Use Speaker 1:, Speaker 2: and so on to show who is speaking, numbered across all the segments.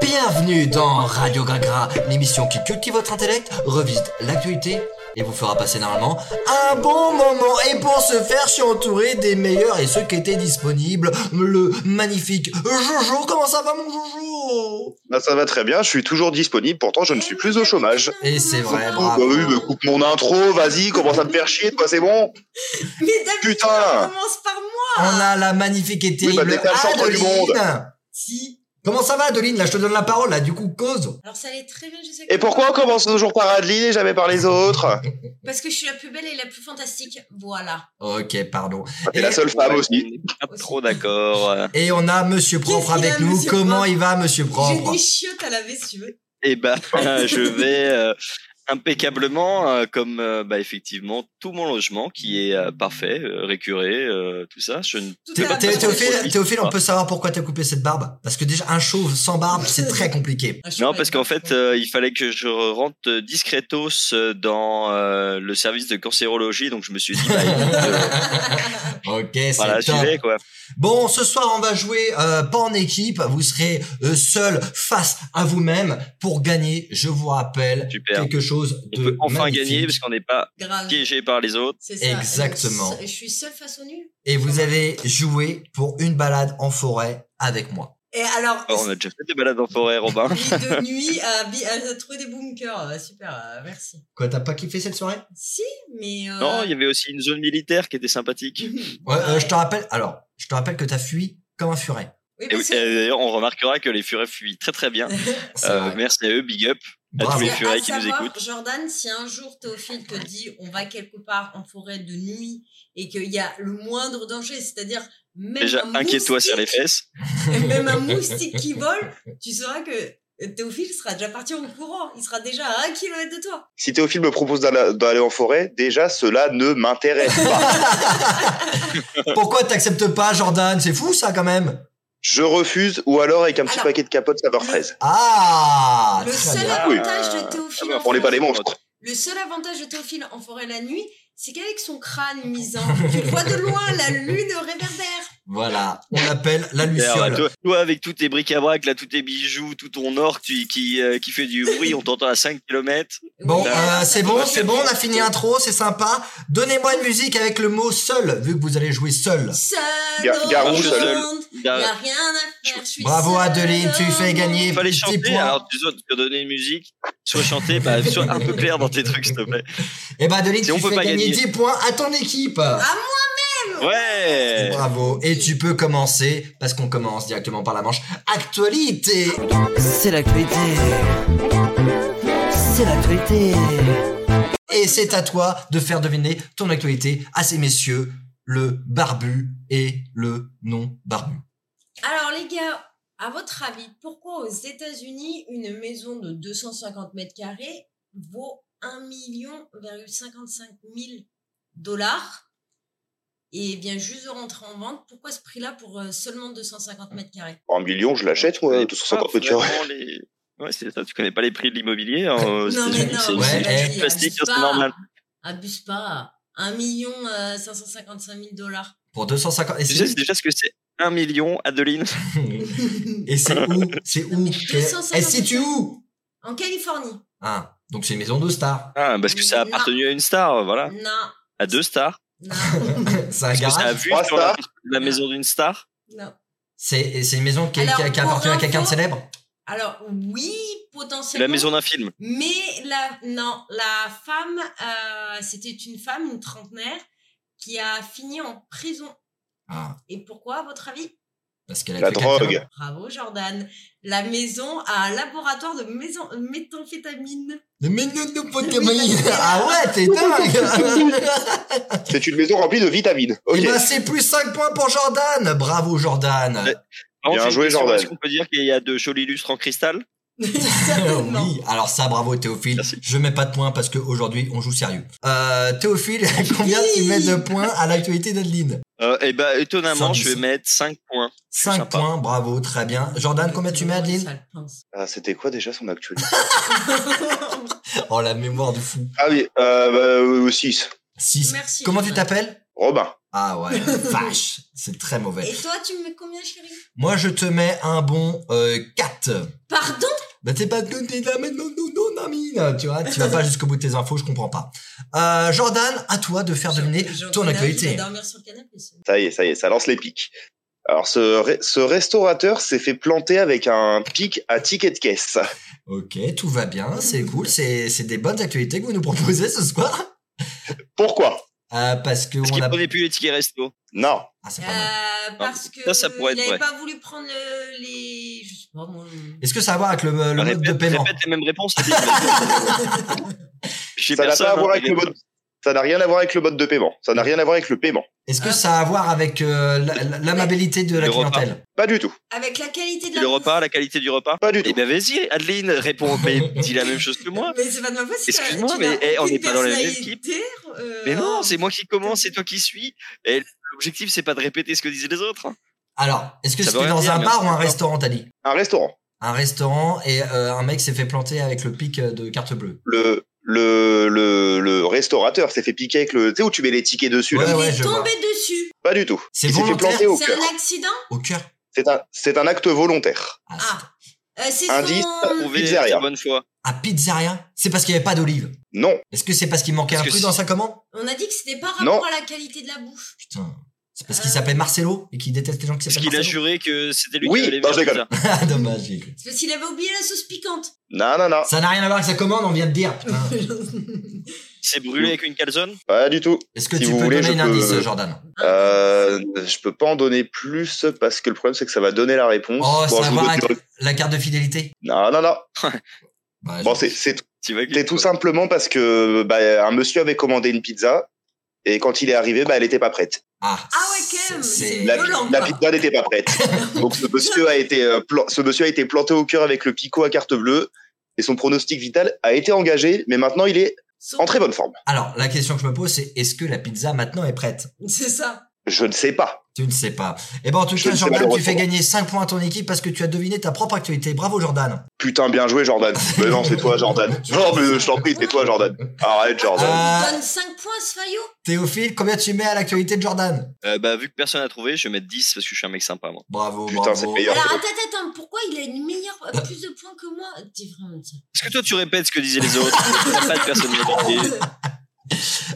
Speaker 1: Bienvenue dans Radio Gragra, l'émission qui cultive votre intellect, revisite l'actualité et vous fera passer normalement un bon moment. Et pour ce faire, je suis entouré des meilleurs et ceux qui étaient disponibles. Le magnifique Jojo, comment ça va mon Jojo
Speaker 2: Bah, ça va très bien, je suis toujours disponible, pourtant je ne suis plus au chômage.
Speaker 1: Et c'est vrai,
Speaker 2: Bah
Speaker 1: bravo.
Speaker 2: oui, me coupe mon intro, vas-y, commence à me faire chier, toi, c'est bon
Speaker 3: Mais d'habitude,
Speaker 2: Putain.
Speaker 3: on commence par moi.
Speaker 1: On a la magnifique et
Speaker 2: Oui, bah,
Speaker 1: terrible
Speaker 2: t'es pas le centre du monde.
Speaker 1: Adeline.
Speaker 3: Si.
Speaker 1: Comment ça va Adeline Là, je te donne la parole, là, du coup, cause.
Speaker 3: Alors ça allait très bien, je sais.
Speaker 2: Et pourquoi on commence toujours par Adeline et jamais par les autres
Speaker 3: Parce que je suis la plus belle et la plus fantastique. Voilà.
Speaker 1: Ok, pardon.
Speaker 2: Ah, T'es la seule femme aussi.
Speaker 4: Pas trop d'accord.
Speaker 1: Et on a Monsieur Propre
Speaker 3: qu'il
Speaker 1: avec
Speaker 3: a,
Speaker 1: nous.
Speaker 3: Monsieur
Speaker 1: Comment
Speaker 3: Propre
Speaker 1: il va, Monsieur
Speaker 3: J'ai
Speaker 1: Propre
Speaker 3: des chiottes à laver si tu veux.
Speaker 4: Eh ben, je vais euh, impeccablement, euh, comme euh, bah, effectivement tout mon logement qui est euh, parfait, euh, récuré, euh, tout ça. Je ne
Speaker 3: Tout
Speaker 4: peux
Speaker 3: est
Speaker 4: pas
Speaker 3: là,
Speaker 1: Thé-
Speaker 4: passer
Speaker 3: Théophile-
Speaker 4: pour
Speaker 1: Théophile,
Speaker 4: lui.
Speaker 1: Théophile, on peut savoir pourquoi t'as coupé cette barbe Parce que déjà, un chauve sans barbe, c'est très compliqué.
Speaker 3: Ah, je
Speaker 4: Non,
Speaker 3: suis
Speaker 4: parce
Speaker 3: pas-
Speaker 4: qu'en fait, euh, il fallait que je rentre discretos dans euh, le service de cancérologie, donc je me suis dit, bah, écoute,
Speaker 1: Ok, c'est
Speaker 4: voilà, j'y
Speaker 1: top.
Speaker 4: vais, quoi.
Speaker 1: Bon, ce soir, on va jouer euh, pas en équipe. Vous serez euh, seul face à vous-même pour gagner. Je vous rappelle
Speaker 4: Super.
Speaker 1: quelque chose
Speaker 4: On
Speaker 1: de
Speaker 4: peut enfin
Speaker 1: magnifique.
Speaker 4: gagner parce qu'on n'est pas
Speaker 3: Grave.
Speaker 4: piégé par les autres.
Speaker 3: C'est ça.
Speaker 1: Exactement.
Speaker 3: Je suis seule face au nul.
Speaker 1: Et vous allez jouer pour une balade en forêt avec moi.
Speaker 3: Et alors,
Speaker 4: Oh, on a déjà fait des balades en forêt, Robin.
Speaker 3: nuit de nuit à, bi- à trouver des bunkers. Ouais, Super, euh, merci.
Speaker 1: Quoi, t'as pas kiffé cette soirée
Speaker 3: Si, mais. euh,
Speaker 4: Non, il y avait aussi une zone militaire qui était sympathique.
Speaker 1: Ouais, euh, je te rappelle. Alors, je te rappelle que t'as fui comme un furet.
Speaker 3: Oui,
Speaker 4: Et
Speaker 3: parce
Speaker 4: oui,
Speaker 3: que-
Speaker 4: euh, D'ailleurs, on remarquera que les furets fuient très très bien.
Speaker 1: C'est
Speaker 4: Euh,
Speaker 1: vrai.
Speaker 4: merci à eux, big up.
Speaker 1: Bravo.
Speaker 4: tous les
Speaker 3: Parce que,
Speaker 4: furets
Speaker 3: à
Speaker 4: qui nous
Speaker 3: savoir,
Speaker 4: écoutent.
Speaker 3: Jordan, si un jour Théophile te dit on va quelque part en forêt de nuit et qu'il y a le moindre danger, c'est-à-dire même
Speaker 4: Déjà,
Speaker 3: un
Speaker 4: inquiète-toi sur les
Speaker 3: moustique-
Speaker 4: fesses.
Speaker 3: même un moustique qui vole, tu sauras que euh, Théophile sera déjà parti en courant. Il sera déjà à un kilomètre de toi.
Speaker 2: Si Théophile me propose d'aller d'aller en forêt, déjà, cela ne m'intéresse pas.
Speaker 1: Pourquoi t'acceptes pas, Jordan C'est fou, ça, quand même.
Speaker 2: Je refuse, ou alors avec un petit
Speaker 3: Alors,
Speaker 2: paquet de capotes saveur
Speaker 3: le-
Speaker 2: fraise.
Speaker 1: Ah
Speaker 3: le
Speaker 1: très
Speaker 3: seul
Speaker 1: bien.
Speaker 2: Oui.
Speaker 3: avantage de
Speaker 4: Ah
Speaker 3: Théophile,
Speaker 4: bah,
Speaker 3: en
Speaker 2: On n'est pas
Speaker 3: forêt-
Speaker 2: des monstres.
Speaker 3: le seul avantage de Théophile en forêt la nuit, c'est qu'avec son crâne misant, tu le vois de loin, la lune réverbère.
Speaker 1: Voilà, on l'appelle la
Speaker 4: Merde,
Speaker 1: luciole.
Speaker 4: toi, toi, avec tous tes bric-à-brac, là, tous tes bijoux, tout ton or tu- qui, euh, qui fait du bruit, on t'entend à 5 km.
Speaker 1: Bon,
Speaker 3: Oui,
Speaker 4: euh,
Speaker 3: alors, ça
Speaker 1: c'est
Speaker 3: fait
Speaker 1: bon,
Speaker 3: pas
Speaker 1: c'est
Speaker 3: mal.
Speaker 1: bon, on a fini l'intro, c'est sympa. Donnez-moi une musique avec le mot seul, vu que vous allez jouer seul.
Speaker 3: Seul
Speaker 2: Ga-
Speaker 3: dans
Speaker 2: Garou
Speaker 3: le
Speaker 2: seul.
Speaker 3: monde,
Speaker 4: Bah,
Speaker 3: y a
Speaker 4: Là,
Speaker 3: rien à faire, je suis
Speaker 1: Bravo
Speaker 3: seul
Speaker 1: Adeline, tu
Speaker 3: dans
Speaker 1: fais
Speaker 3: le
Speaker 1: gagner
Speaker 4: Il
Speaker 3: monde.
Speaker 4: fallait
Speaker 1: 10
Speaker 4: chanter,
Speaker 1: points.
Speaker 4: alors tu dois te donner une musique, soit chanter, bah, soit un peu clair dans tes trucs, s'il te plaît.
Speaker 1: Et ben Adeline,
Speaker 4: Si
Speaker 1: tu
Speaker 4: on peut
Speaker 1: fais
Speaker 4: pas
Speaker 1: gagner 10
Speaker 4: gagner.
Speaker 1: points à ton équipe.
Speaker 4: Ouais
Speaker 1: Bravo. Et tu peux commencer, parce qu'on commence directement par la manche. Actualité
Speaker 5: C'est l'actualité. C'est l'actualité.
Speaker 1: Et c'est à toi de faire deviner ton actualité à ces messieurs, le barbu et le non-barbu.
Speaker 3: Alors les gars, à votre avis, pourquoi aux États-Unis une maison de 250 mètres carrés vaut 1 million 55 000 dollars et vient juste de rentrer en vente Pourquoi ce prix-là pour euh, seulement 250 mètres carrés
Speaker 2: En million, je l'achète, moi, 250 mètres carrés.
Speaker 4: Vraiment, les- Ouais, c'est ça, tu connais pas les prix de l'immobilier. hein, aux
Speaker 3: Non, mais
Speaker 4: États-Unis,
Speaker 3: non,
Speaker 4: c'est-
Speaker 1: ouais,
Speaker 4: c'est
Speaker 1: eh.
Speaker 4: du plastique, hein,
Speaker 3: Abuse
Speaker 4: c'est
Speaker 3: pas.
Speaker 4: normal.
Speaker 3: Abuse pas 1 million euh, 555 000 dollars.
Speaker 1: Pour 250... Et
Speaker 4: Tu sais
Speaker 1: c'est-
Speaker 4: c'est déjà ce que c'est 1 million, Adeline
Speaker 1: Et c'est où C'est où
Speaker 3: mais 250.
Speaker 1: Elle se situe où
Speaker 3: En Californie
Speaker 1: Ah, donc c'est une maison de stars.
Speaker 4: Ah, parce que ça a
Speaker 3: Non.
Speaker 4: appartenu à une star, voilà.
Speaker 3: Non,
Speaker 4: À deux stars.
Speaker 3: non,
Speaker 1: C'est un
Speaker 4: Parce que ça a
Speaker 1: garage.
Speaker 4: vu
Speaker 2: Trois
Speaker 4: sur la,
Speaker 2: stars.
Speaker 4: la maison d'une star.
Speaker 3: non.
Speaker 1: C'est et c'est une maison qui,
Speaker 3: Alors,
Speaker 1: qui a- qui a
Speaker 3: pour
Speaker 1: appartenu à
Speaker 3: info-
Speaker 1: quelqu'un de célèbre.
Speaker 3: Alors oui,
Speaker 4: C'est
Speaker 3: potentiellement.
Speaker 4: la maison d'un film.
Speaker 3: Mais la, non, la femme, euh, c'était une femme, une trentenaire, qui a fini en prison.
Speaker 1: Ah,
Speaker 3: Et pourquoi, à votre avis
Speaker 1: parce qu'elle a
Speaker 2: La
Speaker 1: tué
Speaker 2: drogue.
Speaker 1: quelqu'un.
Speaker 3: Bravo, Jordan. La maison a un laboratoire de maison, méthamphétamine.
Speaker 1: Le million de Pokémon. Ah ouais, t'es dingue.
Speaker 2: C'est une maison remplie de vitamines. Ok.
Speaker 1: Et ben c'est plus 5 points pour Jordan. Bravo Jordan.
Speaker 4: Ouais. Par
Speaker 2: Bien
Speaker 4: contre, j'ai une
Speaker 2: joué,
Speaker 4: question,
Speaker 2: Jordan.
Speaker 4: Est-ce qu'on peut dire qu'il y a de jolis lustres en cristal
Speaker 3: Certainement.
Speaker 1: Oui, alors ça, bravo Théophile.
Speaker 4: Merci.
Speaker 1: Je mets pas de points parce qu'aujourd'hui on joue sérieux. Euh, Théophile, combien tu
Speaker 3: Oui.
Speaker 1: mets de points à l'actualité d'Adeline
Speaker 4: euh, Eh ben, étonnamment,
Speaker 1: 110.
Speaker 4: je vais mettre 5 points.
Speaker 1: 5
Speaker 4: sympa.
Speaker 1: points, bravo, très bien. Jordan, combien tu mets Adeline
Speaker 3: Sale pince.
Speaker 2: Ah, C'était quoi déjà son actualité
Speaker 1: Oh la mémoire de fou.
Speaker 2: Ah oui, euh, bah, 6.
Speaker 1: Six.
Speaker 3: Merci,
Speaker 1: Comment tu
Speaker 3: Jordan.
Speaker 1: t'appelles
Speaker 2: Robin.
Speaker 1: Ah ouais, vache, c'est très mauvais.
Speaker 3: Et toi, tu me mets combien, chérie
Speaker 1: Moi, je te mets un bon euh, 4.
Speaker 3: Pardon
Speaker 1: Bah t'es pas non, t'es là, mais non, non, non, Amine, tu vois, tu vas pas jusqu'au bout de tes infos, je comprends pas. Euh, Jordan, à toi de faire deviner
Speaker 3: J'ai envie
Speaker 1: ton
Speaker 3: d'aller
Speaker 1: actualité.
Speaker 3: dormir sur le canapé. ça.
Speaker 2: Ça y est, ça y est, ça lance les pics. Alors, ce, re- ce restaurateur s'est fait planter avec un pic à ticket de caisse.
Speaker 1: Ok, tout va bien, c'est cool, c'est c'est des bonnes actualités que vous nous proposez ce soir.
Speaker 2: Pourquoi
Speaker 1: Euh, parce que
Speaker 4: Parce
Speaker 1: on
Speaker 4: qu'il
Speaker 1: a.
Speaker 4: prenait plus les tickets resto.
Speaker 2: Non.
Speaker 1: Ah, c'est pas mal.
Speaker 3: Euh, parce que
Speaker 4: ah, ça, ça pourrait
Speaker 3: il
Speaker 4: être
Speaker 3: avait
Speaker 4: vrai.
Speaker 3: pas voulu prendre euh, les. Je sais pas, moi. euh,
Speaker 1: Est-ce que ça a à voir avec le, le mode
Speaker 4: répète,
Speaker 1: de paiement
Speaker 4: répète les mêmes réponses. Chez
Speaker 2: Ça n'a
Speaker 4: personne,
Speaker 2: pas à voir
Speaker 4: hein,
Speaker 2: avec le mode. Ça n'a rien à voir avec le mode de paiement. Ça n'a rien à voir avec le paiement.
Speaker 1: Est-ce que
Speaker 3: Ah.
Speaker 1: ça a à voir avec euh, la- la- l'amabilité de la
Speaker 4: Le repas.
Speaker 1: clientèle
Speaker 2: Pas du tout.
Speaker 3: Avec la qualité de la.
Speaker 4: Le
Speaker 3: bouffe.
Speaker 4: repas, la qualité du repas.
Speaker 2: Pas du
Speaker 4: Eh
Speaker 2: tout.
Speaker 4: ben vas-y, Adeline, réponds. Mais dis la même chose que moi.
Speaker 3: Mais c'est pas de ma faute. si t'as-
Speaker 4: Excuse-moi,
Speaker 3: tu n'as
Speaker 4: mais, eh, on
Speaker 3: aucune
Speaker 4: n'est pas dans la même
Speaker 3: personnalité, euh,
Speaker 4: Mais non, c'est moi qui commence, c'est toi qui suis. Et l'objectif, c'est pas de répéter ce que disaient les autres. hein.
Speaker 1: Alors, est-ce que
Speaker 4: Ça
Speaker 1: c'était
Speaker 4: veut rien
Speaker 1: dans
Speaker 4: dire,
Speaker 1: un
Speaker 4: mais
Speaker 1: bar
Speaker 4: on
Speaker 1: ou
Speaker 4: sait
Speaker 1: un
Speaker 4: pas.
Speaker 1: restaurant, t'as dit
Speaker 2: Un restaurant.
Speaker 1: Un restaurant et euh, un mec s'est fait planter avec le pic euh, de carte bleue.
Speaker 2: Le le le, le restaurateur s'est fait piquer avec le. Tu sais où tu mets les tickets dessus
Speaker 1: Ouais,
Speaker 2: là
Speaker 3: Il
Speaker 1: ouais,
Speaker 3: est
Speaker 1: je vois.
Speaker 3: tombé dessus.
Speaker 2: Pas du tout.
Speaker 1: C'est
Speaker 2: Il s'est fait
Speaker 1: volontaire
Speaker 2: planter au
Speaker 3: C'est
Speaker 2: cœur.
Speaker 3: un accident
Speaker 1: Au cœur
Speaker 2: C'est un c'est un acte volontaire.
Speaker 1: Ah, c'est-
Speaker 3: Ah. Euh, c'est
Speaker 2: Indice,
Speaker 3: son.
Speaker 4: Prouver
Speaker 2: Pizzeria.
Speaker 4: la bonne foi.
Speaker 1: À pizzeria C'est parce qu'il n'y avait pas d'olive.
Speaker 2: Non.
Speaker 1: Est-ce que c'est parce qu'il manquait
Speaker 4: Parce
Speaker 1: un
Speaker 4: que
Speaker 1: fruit
Speaker 4: si-
Speaker 1: dans sa commande
Speaker 3: On a dit que c'était pas
Speaker 2: Non.
Speaker 3: rapport à la qualité de la bouffe.
Speaker 1: Putain. C'est parce qu'il
Speaker 3: Euh.
Speaker 1: s'appelle Marcelo et qu'il déteste les gens qui
Speaker 4: Parce
Speaker 1: s'appellent
Speaker 4: qu'il a
Speaker 1: Marcelo.
Speaker 4: juré que c'était lui
Speaker 2: Oui,
Speaker 4: qui allait
Speaker 2: non, je
Speaker 4: faire
Speaker 2: déconne.
Speaker 4: ça.
Speaker 1: Ah, dommage. j'ai cru.
Speaker 3: C'est parce qu'il avait oublié la sauce piquante.
Speaker 2: Non non non.
Speaker 1: Ça n'a rien à voir avec sa commande, on vient de dire. Putain.
Speaker 4: Il s'est brûlé avec une calzone.
Speaker 2: Pas du tout.
Speaker 1: Est-ce que
Speaker 2: Si
Speaker 1: tu
Speaker 2: vous
Speaker 1: peux
Speaker 2: voulez,
Speaker 1: donner
Speaker 2: je
Speaker 1: un
Speaker 2: peux-
Speaker 1: indice, Jordan
Speaker 3: Ah.
Speaker 2: Euh, je peux pas en donner plus parce que le problème c'est que ça va donner la réponse.
Speaker 1: Oh,
Speaker 2: Bon,
Speaker 1: ça
Speaker 2: je
Speaker 1: a
Speaker 2: vous
Speaker 1: voir
Speaker 2: donne-
Speaker 1: avec la carte de fidélité
Speaker 2: Non non non.
Speaker 1: Bah,
Speaker 2: Bon
Speaker 1: je-
Speaker 2: c'est c'est
Speaker 4: Tu vois
Speaker 2: C'est tout simplement parce que bah, un monsieur avait commandé une pizza et quand il est arrivé, bah, elle n'était pas prête.
Speaker 1: Ah,
Speaker 3: Ah ouais, quand même, c'est
Speaker 2: La,
Speaker 3: violent.
Speaker 2: la
Speaker 3: quoi.
Speaker 2: pizza n'était pas prête. Donc ce monsieur a été euh, plan- ce monsieur a été planté au cœur avec le picot à carte bleue et son pronostic vital a été engagé, mais maintenant il est
Speaker 3: Sauf-
Speaker 2: en très bonne forme.
Speaker 1: Alors, la question que je me pose, c'est est-ce que la pizza maintenant est prête
Speaker 3: C'est ça.
Speaker 2: Je ne sais pas.
Speaker 1: Tu ne sais pas. Eh ben, en tout
Speaker 2: Je
Speaker 1: cas,
Speaker 2: ne sais
Speaker 1: Jordan, tu
Speaker 2: malheureusement.
Speaker 1: fais gagner 5 points à ton équipe parce que tu as deviné ta propre actualité. Bravo, Jordan.
Speaker 2: Putain, bien joué Jordan. Mais non, c'est toi Jordan. Non, mais je t'en prie, c'est toi Jordan. Arrête Jordan.
Speaker 1: Ah.
Speaker 3: Il donne 5 points à ce faillot.
Speaker 1: Théophile, combien tu mets à l'actualité de Jordan
Speaker 4: Euh, bah, vu que personne n'a trouvé, je vais mettre 10 parce que je suis un mec sympa, moi.
Speaker 1: Bravo,
Speaker 2: Putain, c'est
Speaker 1: bravo.
Speaker 2: le meilleur.
Speaker 3: Alors attends, attends, attends, pourquoi il a une meilleure, euh, plus de points que moi T'es vraiment ça.
Speaker 4: Est-ce que toi, tu répètes ce que disaient les autres Il n'y a pas de personne qui a gagné.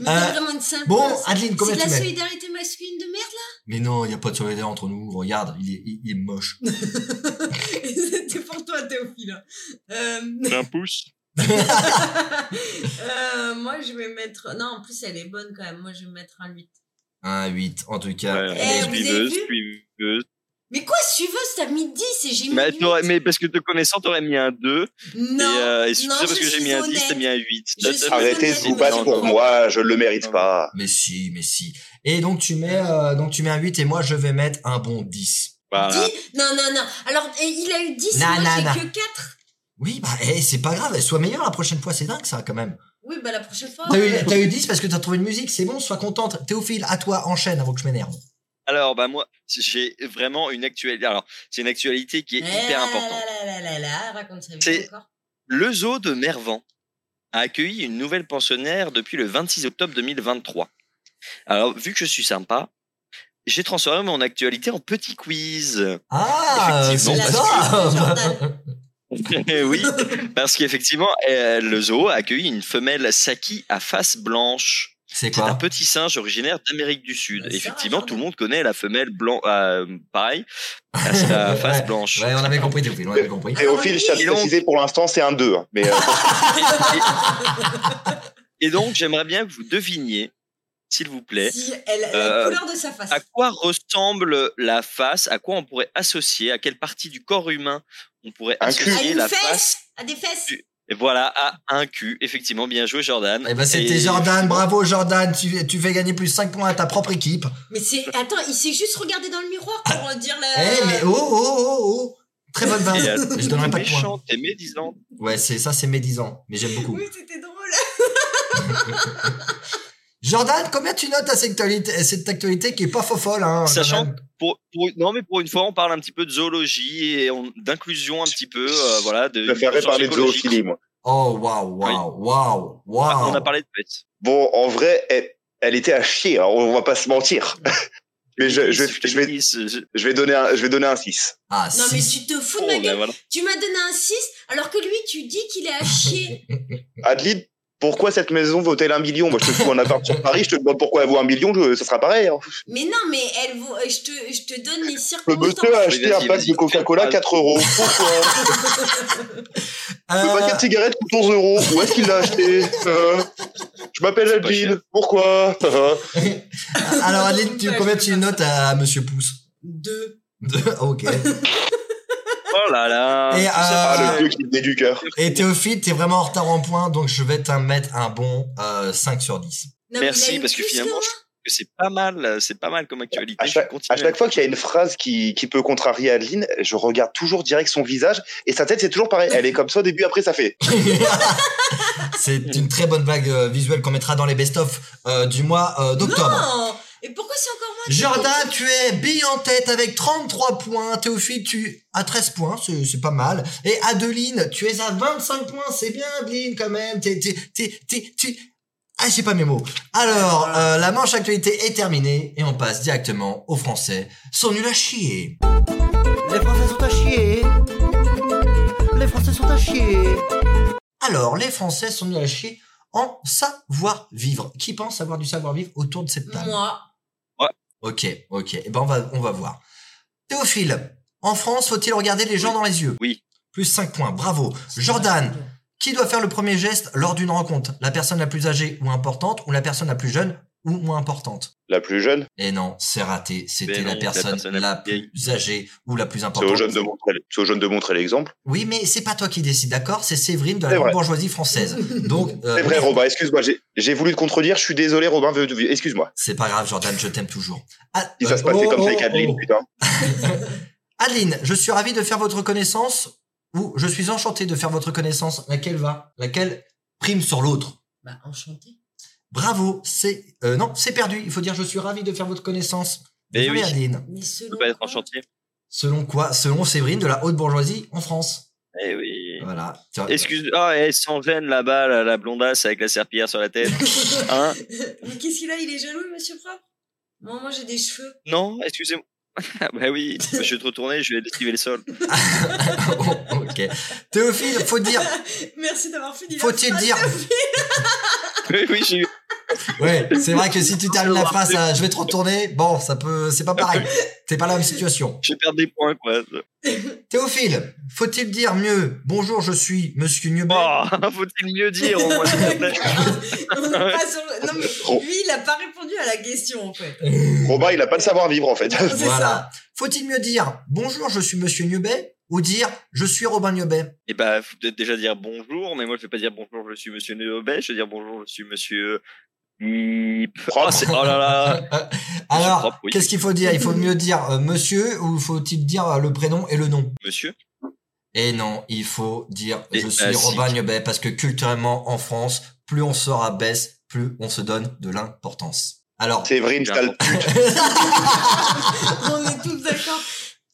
Speaker 3: Mais
Speaker 1: Euh,
Speaker 3: t'es vraiment une sympa.
Speaker 1: Bon, Adeline,
Speaker 3: c'est
Speaker 1: combien
Speaker 3: de
Speaker 1: tu
Speaker 3: la
Speaker 1: mets
Speaker 3: solidarité masculine de merde
Speaker 1: Mais non, il n'y a pas de solidarité entre nous. Regarde, il est, il, il est moche.
Speaker 3: là. C'était pour toi, Théophile. Euh,
Speaker 4: un pouce.
Speaker 3: euh, moi, je vais mettre. Non, en plus, elle est bonne quand même. Moi, je vais mettre un 8.
Speaker 1: 1, 8, en tout cas.
Speaker 4: Ouais,
Speaker 3: Eh, vous avez
Speaker 4: suiveuse,
Speaker 3: vu
Speaker 4: suiveuse.
Speaker 3: Mais quoi, suiveuse T'as mis 10 et j'ai mis.
Speaker 4: Mais,
Speaker 3: huit.
Speaker 4: t'aurais- mais parce que te connaissant, t'aurais mis un 2. Et,
Speaker 3: Non.
Speaker 4: euh, et c'est
Speaker 3: non,
Speaker 4: ça parce
Speaker 3: je
Speaker 4: que j'ai
Speaker 3: suis
Speaker 4: mis un 10, t'as
Speaker 3: honnête.
Speaker 4: mis un 8.
Speaker 3: Je suis
Speaker 2: Arrêtez de
Speaker 3: honnête,
Speaker 2: vous battre pour moi, je ne le mérite pas.
Speaker 1: Mais si, mais si. Et donc, tu mets, euh, donc, tu mets un 8 et moi, je vais mettre un bon 10.
Speaker 4: Voilà.
Speaker 3: Dix Non, non, non. Alors, et il a eu 10
Speaker 1: Non,
Speaker 3: et moi,
Speaker 1: non,
Speaker 3: j'ai
Speaker 1: non.
Speaker 3: que 4.
Speaker 1: Oui, bah, eh, c'est pas grave. Sois meilleur la prochaine fois. C'est dingue, ça, quand même.
Speaker 3: Oui, bah la prochaine fois.
Speaker 1: T'as eu, t'as eu 10 parce que t'as trouvé une musique, c'est bon, sois contente. Théophile, à toi, enchaîne avant que je m'énerve.
Speaker 4: Alors, bah, moi, j'ai vraiment une actualité. Alors, c'est une actualité qui
Speaker 3: Eh
Speaker 4: est hyper
Speaker 3: là
Speaker 4: importante.
Speaker 3: là là là là là, raconte ça
Speaker 4: C'est-
Speaker 3: vite encore.
Speaker 4: Le zoo de Mervan a accueilli une nouvelle pensionnaire depuis le 26 octobre 2023. Alors, vu que je suis sympa, j'ai transformé mon actualité en petit quiz.
Speaker 1: Ah, euh, c'est
Speaker 4: Effectivement,
Speaker 1: ça
Speaker 4: Eh oui, parce qu'effectivement, euh, le zoo a accueilli une femelle Saki à face blanche.
Speaker 1: C'est
Speaker 4: C'est
Speaker 1: quoi
Speaker 4: un petit singe originaire d'Amérique du Sud.
Speaker 1: Ah,
Speaker 3: Bah, ça
Speaker 4: effectivement,
Speaker 3: va,
Speaker 4: tout le monde connaît la femelle blanche, pareil, à sa face
Speaker 1: Ouais,
Speaker 4: blanche.
Speaker 1: Ouais, on avait compris, Théophile, on avait compris.
Speaker 2: Et au fil, je tiens à
Speaker 4: Et donc-
Speaker 2: préciser, pour l'instant, c'est un 2. hein. Mais euh,
Speaker 4: Et donc, j'aimerais bien que vous deviniez, s'il vous plaît,
Speaker 3: Si elle, la
Speaker 4: Euh,
Speaker 3: couleur de sa face.
Speaker 4: À quoi ressemble la face À quoi on pourrait associer À quelle partie du corps humain on pourrait
Speaker 2: Un
Speaker 3: À
Speaker 4: associer
Speaker 3: une
Speaker 4: la
Speaker 3: fesse
Speaker 4: face
Speaker 3: À des fesses
Speaker 4: du- Et voilà, à un cul. Effectivement, bien joué Jordan.
Speaker 1: Eh ben, c'était
Speaker 4: Et-
Speaker 1: Jordan, bravo Jordan, tu, tu fais gagner plus 5 points à ta propre équipe.
Speaker 3: Mais c'est. Attends, il s'est juste regardé dans le miroir pour euh, dire
Speaker 1: Eh,
Speaker 3: la.
Speaker 1: mais oh, oh, oh, oh Très bonne base.
Speaker 4: Et à-
Speaker 1: Je donnerai pas de points.
Speaker 4: Méchante et médisante.
Speaker 1: Ouais, c'est ça, c'est médisant, mais j'aime beaucoup.
Speaker 3: Oui, c'était drôle.
Speaker 1: Jordan, combien tu notes à cette actualité, cette actualité qui est pas fofolle, hein
Speaker 4: Sachant
Speaker 1: quand même
Speaker 4: Pour, pour- non, mais pour une fois, on parle un petit peu de zoologie et on- d'inclusion un petit peu. euh, voilà, de,
Speaker 2: je préférerais
Speaker 4: de
Speaker 2: parler de
Speaker 4: écologique.
Speaker 2: zoophilie, moi.
Speaker 1: Oh, waouh, waouh, waouh,
Speaker 4: Ah, On
Speaker 1: waouh.
Speaker 4: a parlé de bêtes.
Speaker 2: Bon, en vrai, eh, elle était à chier, alors on va pas se mentir. Mais je, je,
Speaker 4: Féministe,
Speaker 2: je vais,
Speaker 4: féministe, je-
Speaker 2: je vais donner un, je vais donner un 6.
Speaker 1: Ah,
Speaker 3: Non, mais
Speaker 1: si.
Speaker 3: tu te fous de
Speaker 4: Oh,
Speaker 3: ma
Speaker 4: ben
Speaker 3: gueule.
Speaker 4: voilà.
Speaker 3: Tu m'as donné un 6, alors que lui, tu dis qu'il est à chier.
Speaker 2: Adeline, pourquoi cette maison vaut-elle un million Moi, je te fous un appart sur Paris, je te demande pourquoi elle vaut un million, je- ça sera pareil. hein.
Speaker 3: mais non, mais elle vaut- euh, je, te, je te donne
Speaker 2: Le
Speaker 3: les
Speaker 2: monsieur a
Speaker 3: circonstances.
Speaker 2: acheté un
Speaker 4: vas-y,
Speaker 2: pack de
Speaker 4: vas-y.
Speaker 2: Coca-Cola 4 euros. Pourquoi
Speaker 1: Euh,
Speaker 2: Le paquet de cigarettes coûte 11 euros. Où est-ce qu'il l'a acheté Euh, Je m'appelle
Speaker 4: C'est pas
Speaker 2: Adeline. Pourquoi Euh,
Speaker 1: alors, Adeline, tu, combien tu notes à Monsieur Pouce
Speaker 3: Deux.
Speaker 1: Deux, ok.
Speaker 4: Oh là là.
Speaker 1: Et, euh,
Speaker 4: tout ça
Speaker 2: Ah,
Speaker 4: parce
Speaker 2: le
Speaker 4: que-
Speaker 2: vieux qui venait du cœur.
Speaker 1: Et Théophile, t'es vraiment en retard en points, donc je vais t'en mettre un bon euh, 5 sur 10.
Speaker 3: Non, mais il a
Speaker 4: Merci,
Speaker 3: eu
Speaker 4: parce que
Speaker 3: plus
Speaker 4: finalement,
Speaker 3: moi.
Speaker 4: je trouve que c'est pas mal, euh, c'est pas mal comme actualité.
Speaker 2: À chaque-
Speaker 4: Je continue
Speaker 2: À chaque fois qu'il y a une phrase qui, qui peut contrarier Adeline, je regarde toujours direct son visage et sa tête, c'est toujours pareil. Elle est comme ça au début, après ça fait.
Speaker 1: C'est une très bonne vague euh, visuelle qu'on mettra dans les best-of euh, du mois euh, d'octobre.
Speaker 3: Non Et pourquoi c'est encore moi qui
Speaker 1: Jordan, tu es bille en tête avec 33 points. Théophile, tu as 13 points, c'est c'est pas mal. Et Adeline, tu es à 25 points. C'est bien, Adeline, quand même. T'es, t'es, t'es, t'es, t'es- Ah, j'ai pas mes mots. Alors,
Speaker 5: Ah.
Speaker 1: euh, la manche actualité est terminée et on passe directement aux Français. Sont nuls à chier.
Speaker 5: Les Français sont à chier. Les Français sont à chier.
Speaker 1: Alors, les Français sont mis à chier en savoir-vivre. Qui pense avoir du savoir-vivre autour de cette table
Speaker 3: Moi.
Speaker 1: Ok, ok. Eh ben, on va, on va voir. Théophile, en France, faut-il regarder les gens dans les yeux
Speaker 4: Oui.
Speaker 1: Plus 5 points, bravo. Jordan, qui doit faire le premier geste lors d'une rencontre La personne la plus âgée ou importante ou la personne la plus jeune ou moins importante
Speaker 2: La plus jeune,
Speaker 1: Et non, c'est raté. C'était
Speaker 4: Mais non,
Speaker 1: la, personne la,
Speaker 4: vieille.
Speaker 1: plus âgée ou la plus
Speaker 2: c'est
Speaker 1: importante.
Speaker 2: aux jeunes de montrer, c'est aux jeunes de montrer l'exemple.
Speaker 1: Oui, mais c'est pas toi qui décide, d'accord C'est Séverine de la
Speaker 2: C'est vrai.
Speaker 1: bourgeoisie française. Donc, euh,
Speaker 2: C'est vrai, Robin, excuse-moi, j'ai- j'ai voulu te contredire, je suis désolé, Robin, veux- veux- excuse-moi.
Speaker 1: C'est pas grave, Jordan, je t'aime toujours. Ah,
Speaker 2: Si ça
Speaker 1: euh,
Speaker 2: se passait
Speaker 1: oh,
Speaker 2: comme ça avec
Speaker 1: oh,
Speaker 2: Adeline,
Speaker 1: oh.
Speaker 2: putain.
Speaker 1: Adeline, je suis ravi de faire votre connaissance ou je suis enchanté de faire votre connaissance. Laquelle va Laquelle prime sur l'autre
Speaker 3: Bah, enchanté.
Speaker 1: Bravo, c'est. euh, non, c'est perdu. Il faut dire je suis ravi de faire votre connaissance.
Speaker 4: Eh
Speaker 1: Désolé,
Speaker 4: oui.
Speaker 1: Adeline.
Speaker 3: Mais
Speaker 4: Je
Speaker 3: selon.
Speaker 4: peux pas être
Speaker 3: quoi
Speaker 4: en chantier.
Speaker 1: Selon quoi Selon Séverine de la haute bourgeoisie en France.
Speaker 4: Eh oui.
Speaker 2: Ah,
Speaker 1: Voilà.
Speaker 4: Excuse, ah, elle s'en gêne là-bas, la, la blondasse avec la serpillière sur la tête. Hein
Speaker 3: Mais qu'est-ce qu'il a Il est jaloux, monsieur propre Moi, moi, j'ai des cheveux.
Speaker 4: non, excusez-moi. Ah, bah oui, je vais te retourner, je vais esquiver le sol.
Speaker 1: Oh, ok. Théophile, faut dire.
Speaker 3: Merci d'avoir fini. la
Speaker 1: Faut-il
Speaker 3: phrase,
Speaker 1: dire
Speaker 3: Sophie.
Speaker 4: Oui, oui, j'ai eu.
Speaker 1: Ouais, c'est vrai que si tu termines la phrase, à je vais te retourner. Bon, ça peut. C'est pas pareil. C'est pas la même situation.
Speaker 4: Je perds des points, quoi.
Speaker 1: Théophile, faut-il dire mieux Bonjour, je suis Monsieur Niebel.
Speaker 4: Oh, faut-il mieux dire au moins, s'il te plaît
Speaker 3: On
Speaker 4: Ah
Speaker 3: est pas sur le- Non,
Speaker 1: Oh.
Speaker 2: Ro-
Speaker 3: mais lui, il a pas répondu à la question, en fait.
Speaker 2: Robin, il a pas le savoir-vivre, en fait.
Speaker 3: C'est
Speaker 1: Voilà. Faut-il mieux dire Bonjour, je suis Monsieur Niebet ou dire Je suis Robin Niebet
Speaker 4: Eh bah, faut peut-être déjà dire bonjour, mais moi je vais pas dire bonjour, je suis monsieur Neobet, je vais dire bonjour, je suis monsieur. Bip. Oh, c'est- oh là là
Speaker 1: Alors,
Speaker 4: propre, oui.
Speaker 1: qu'est-ce qu'il faut dire Il faut mieux dire euh, Monsieur ou faut-il dire euh, le prénom et le nom
Speaker 4: Monsieur
Speaker 1: Et non, il faut dire
Speaker 4: Et
Speaker 1: Je
Speaker 4: bah,
Speaker 1: suis
Speaker 4: si.
Speaker 1: Robin Niebet parce que culturellement en France, plus on sort à baisse, plus on se donne de l'importance. Alors,
Speaker 2: Séverine, sale pute.
Speaker 1: Ah.
Speaker 3: ça. On est tous d'accord.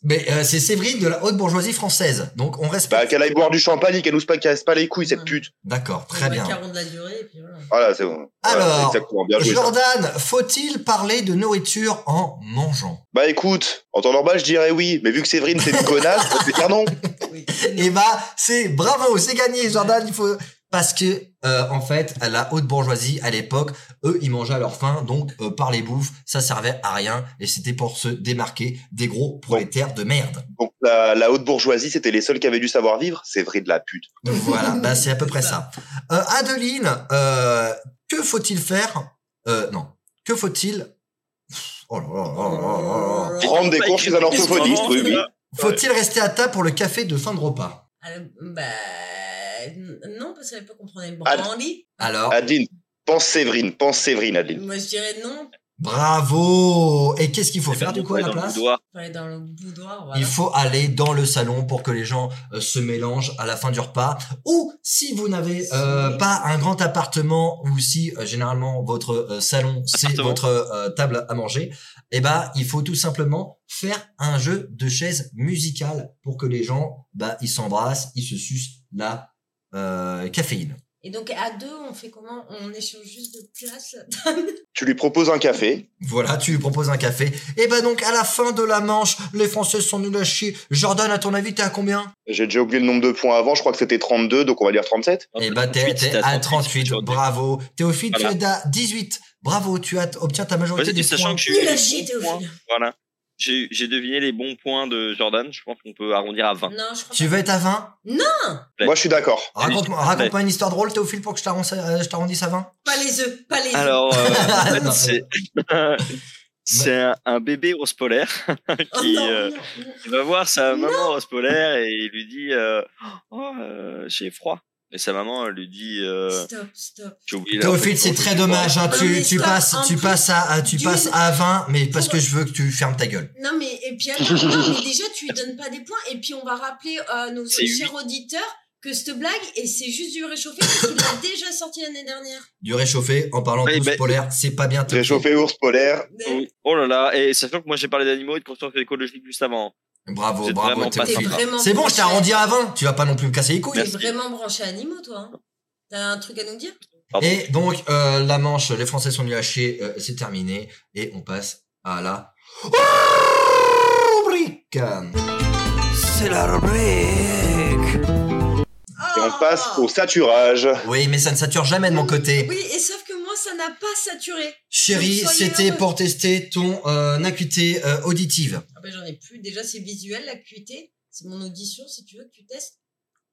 Speaker 1: mais euh, c'est Séverine de la haute bourgeoisie française, donc on
Speaker 2: Bah,
Speaker 1: respecte.
Speaker 2: qu'elle aille boire du champagne et qu'elle nous se pa- casse pas les couilles, cette
Speaker 3: Ouais.
Speaker 2: pute.
Speaker 1: D'accord, très
Speaker 3: On va
Speaker 1: bien.
Speaker 3: caron de la durée, et puis voilà.
Speaker 2: Voilà, c'est bon. Voilà,
Speaker 1: Alors,
Speaker 2: exactement, bien joué. ça.
Speaker 1: Jordan, faut-il parler de nourriture en mangeant
Speaker 2: Bah écoute, en temps normal, je dirais oui, mais vu que Séverine, c'est une connasse, on peut dire non.
Speaker 3: Oui.
Speaker 1: Eh bah, c'est bravo, c'est gagné, Jordan. Il faut parce que euh, en fait, à la haute bourgeoisie à l'époque, eux, ils mangeaient à leur faim, donc euh, par les bouffes, ça servait à rien et c'était pour se démarquer des gros prolétaires de merde.
Speaker 2: Donc la, la haute bourgeoisie, c'était les seuls qui avaient du savoir-vivre. Séverine, la pute.
Speaker 1: Donc voilà, bah, c'est à peu près ça. Euh, Adeline, euh, que faut-il faire euh, Non, que faut-il Oh là là là là là
Speaker 3: Euh,
Speaker 1: là.
Speaker 2: Prendre des cours chez un orthophoniste, oui, oui.
Speaker 1: Faut-il rester à table pour le café de fin de repas
Speaker 3: Alors, bah. n- Non, parce qu'à l'époque, on prenait le
Speaker 2: Ah.
Speaker 3: brandy.
Speaker 1: Alors,
Speaker 2: Adeline, pense Séverine, pense Séverine, Adeline.
Speaker 3: Moi, je dirais non.
Speaker 1: bravo Et qu'est-ce
Speaker 4: eh ben,
Speaker 1: qu'il faut faire du coup à la
Speaker 4: Dans le
Speaker 1: place
Speaker 4: boudoir.
Speaker 3: Faut aller dans le boudoir. Voilà.
Speaker 1: Il faut aller dans le salon pour que les gens euh, se mélangent à la fin du repas. Ou si vous n'avez euh,
Speaker 3: Si.
Speaker 1: pas un grand appartement ou si euh, généralement votre euh, salon c'est
Speaker 4: Appartement.
Speaker 1: votre euh, table à manger, eh ben il faut tout simplement faire un jeu de chaises musicales pour que les gens bah ils s'embrassent, ils se sucent la euh, caféine.
Speaker 3: Et donc, à deux, on fait comment On échange juste de place.
Speaker 2: Tu lui proposes un café.
Speaker 1: Voilà, tu lui proposes un café. Et ben donc, à la fin de la manche, les Français sont nuls à chier. Jordan, à ton avis, t'es à combien
Speaker 2: J'ai déjà oublié le nombre de points avant. Je crois que c'était 32, donc on va dire 37.
Speaker 1: Et bah, t'es
Speaker 4: 38,
Speaker 1: t'es
Speaker 4: t'es
Speaker 1: à 38.
Speaker 4: aujourd'hui.
Speaker 1: Bravo. Théophile,
Speaker 4: Voilà.
Speaker 1: tu es à 18. Bravo, tu as, obtiens ta majorité
Speaker 4: Vas-y,
Speaker 1: des
Speaker 4: sachant
Speaker 1: points.
Speaker 4: que j'ai eu
Speaker 3: Il
Speaker 4: les
Speaker 3: a
Speaker 4: bons
Speaker 3: jeté au
Speaker 4: points.
Speaker 3: final.
Speaker 4: Voilà. J'ai j'ai deviné les bons points de Jordan. Je pense qu'on peut arrondir à 20.
Speaker 3: Non, je crois
Speaker 1: Tu veux être à 20
Speaker 4: Ouais.
Speaker 2: Moi, je suis d'accord.
Speaker 1: Raconte-moi raconte-moi une histoire drôle, Théophile, pour que je t'arrondisse euh, je t'arrondisse à 20.
Speaker 3: pas. Pas les œufs, pas les œufs.
Speaker 4: Alors, euh, en fait,
Speaker 1: Non.
Speaker 4: c'est c'est un, un bébé rose polaire
Speaker 3: Oh
Speaker 4: qui,
Speaker 3: non,
Speaker 4: euh,
Speaker 3: non, non.
Speaker 4: qui va voir sa maman rose polaire et il lui dit euh, Oh, euh, j'ai froid. Et sa maman elle lui dit euh,
Speaker 3: Stop, stop.
Speaker 4: J'ai oublié la
Speaker 1: Théophile,
Speaker 4: précision,
Speaker 1: c'est
Speaker 4: j'ai
Speaker 1: très
Speaker 4: froid.
Speaker 1: dommage. hein. Tu,
Speaker 3: Mais
Speaker 1: tu
Speaker 3: stop,
Speaker 1: passes,
Speaker 3: un
Speaker 1: tu
Speaker 3: prix
Speaker 1: passes à, à- tu
Speaker 3: d'une-
Speaker 1: passes à 20, mais parce que je veux que tu fermes ta gueule.
Speaker 3: Non, mais et puis attends, non, mais déjà, tu lui donnes pas des points. Et puis, on va rappeler à nos
Speaker 4: C'est
Speaker 3: chers auditeurs que cette blague, et c'est juste du réchauffé parce qu'il l'a déjà sorti l'année dernière.
Speaker 1: Du réchauffé, en parlant
Speaker 4: Ouais,
Speaker 1: tous
Speaker 4: ben-
Speaker 1: polaire, c'est pas bien. Théophile.
Speaker 2: Réchauffé ours polaire.
Speaker 3: Mais
Speaker 4: Oh, Oh là là, et sachant que moi j'ai parlé d'animaux et de conscience écologique juste avant.
Speaker 1: Bravo,
Speaker 4: C'est
Speaker 1: bravo,
Speaker 4: vraiment pas
Speaker 3: T'es
Speaker 1: Théophile.
Speaker 4: sympa.
Speaker 3: vraiment.
Speaker 1: C'est bon, je t'ai
Speaker 3: branché-
Speaker 1: arrondi à 20. Tu vas pas non plus me casser les couilles.
Speaker 3: T'es
Speaker 4: Merci.
Speaker 3: vraiment branché animaux, toi. hein. T'as un truc à nous dire
Speaker 4: Pardon.
Speaker 1: Et donc, euh, la manche, les Français sont nuls à chier, euh, c'est terminé. Et on passe à la rubrique.
Speaker 5: C'est la rubrique.
Speaker 2: Et
Speaker 3: Ah
Speaker 2: on passe au saturage.
Speaker 1: Oui, mais ça ne sature jamais de mon côté.
Speaker 3: Oui, et sauf que moi, ça n'a pas saturé.
Speaker 1: Chérie,
Speaker 3: Soyez
Speaker 1: c'était
Speaker 3: heureux.
Speaker 1: pour tester ton euh, acuité euh, auditive.
Speaker 3: Ah ben, j'en ai plus. Déjà, c'est visuel, l'acuité. C'est mon audition, si tu veux que tu testes.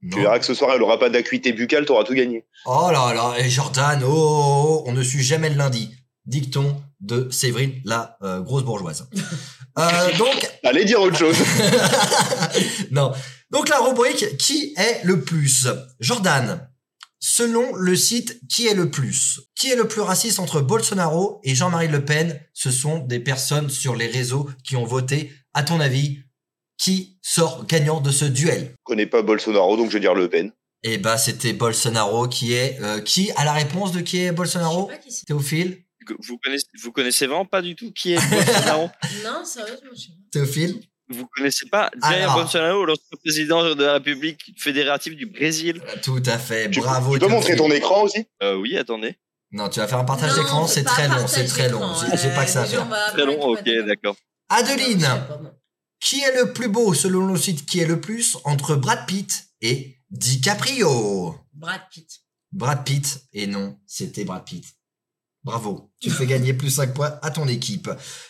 Speaker 2: Tu
Speaker 1: Non.
Speaker 2: verras que ce soir, elle aura pas d'acuité buccale, t'auras tout gagné.
Speaker 1: Oh là là, et Jordan, oh, oh, oh, on ne suit jamais le lundi. Dicton de Séverine, la euh, grosse bourgeoise. Euh, donc,
Speaker 2: Allez dire autre chose.
Speaker 1: non. Donc la rubrique qui est le plus Jordan. Selon le site qui est le plus Qui est le plus raciste entre Bolsonaro et Jean-Marie Le Pen Ce sont des personnes sur les réseaux qui ont voté. À ton avis, qui sort gagnant de ce duel
Speaker 2: Je connais pas Bolsonaro, donc je vais dire Le Pen.
Speaker 1: Eh ben, c'était Bolsonaro qui est euh, qui à la réponse de qui est Bolsonaro
Speaker 3: Je sais pas qui c'est.
Speaker 1: Théophile
Speaker 4: Vous connaissez, vous connaissez vraiment pas du tout qui est Bolsonaro
Speaker 3: Non, sérieusement, je sais pas.
Speaker 1: Théophile
Speaker 4: Vous connaissez pas Jair
Speaker 1: Alors.
Speaker 4: Bolsonaro, l'ancien président de la République fédérative du Brésil
Speaker 1: Tout à fait.
Speaker 2: Tu,
Speaker 1: Eh, Bravo.
Speaker 2: tu peux
Speaker 1: Théophile.
Speaker 2: montrer ton écran aussi
Speaker 4: Euh, Oui, attendez.
Speaker 1: Non, tu vas faire un partage
Speaker 3: Non,
Speaker 1: d'écran.
Speaker 3: c'est
Speaker 1: C'est
Speaker 3: pas
Speaker 1: très long.
Speaker 3: partage
Speaker 1: C'est très long.
Speaker 3: d'écran,
Speaker 1: J'ai- J'ai pas que ça à
Speaker 3: euh,
Speaker 1: faire.
Speaker 3: déjà, on va
Speaker 4: Très long,
Speaker 3: parler
Speaker 4: ok,
Speaker 3: de la-
Speaker 4: d'accord.
Speaker 1: Adeline.
Speaker 3: Non, je sais pas, moi.
Speaker 1: Qui est le plus beau selon le site qui est le plus entre Brad Pitt et DiCaprio
Speaker 3: Brad Pitt.
Speaker 1: Brad Pitt, et non, c'était Brad Pitt. Bravo, tu fais gagner plus 5 points à ton équipe.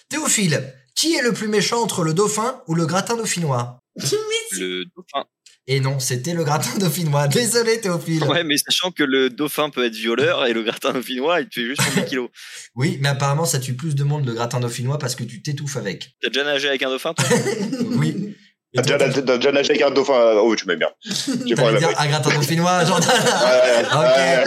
Speaker 1: Théophile, qui est le plus méchant entre le dauphin ou le gratin dauphinois
Speaker 4: Le dauphin.
Speaker 1: Et non, c'était le gratin dauphinois. Désolé Théophile.
Speaker 4: Ouais, mais sachant que le dauphin peut être violeur et le gratin dauphinois, il te fait juste 30 kilos.
Speaker 1: Oui, mais apparemment ça tue plus de monde le gratin dauphinois parce que tu t'étouffes avec.
Speaker 4: T'as déjà nagé avec un dauphin, toi
Speaker 1: Oui. Et
Speaker 2: T'as déjà,
Speaker 1: donc,
Speaker 2: t'as déjà nagé avec un dauphin euh, Oh, Ah, tu m'aimes bien. J'ai pas
Speaker 1: T'allais
Speaker 2: la
Speaker 1: dire Ah, un gratin dauphinois, Jordan
Speaker 2: Ouais,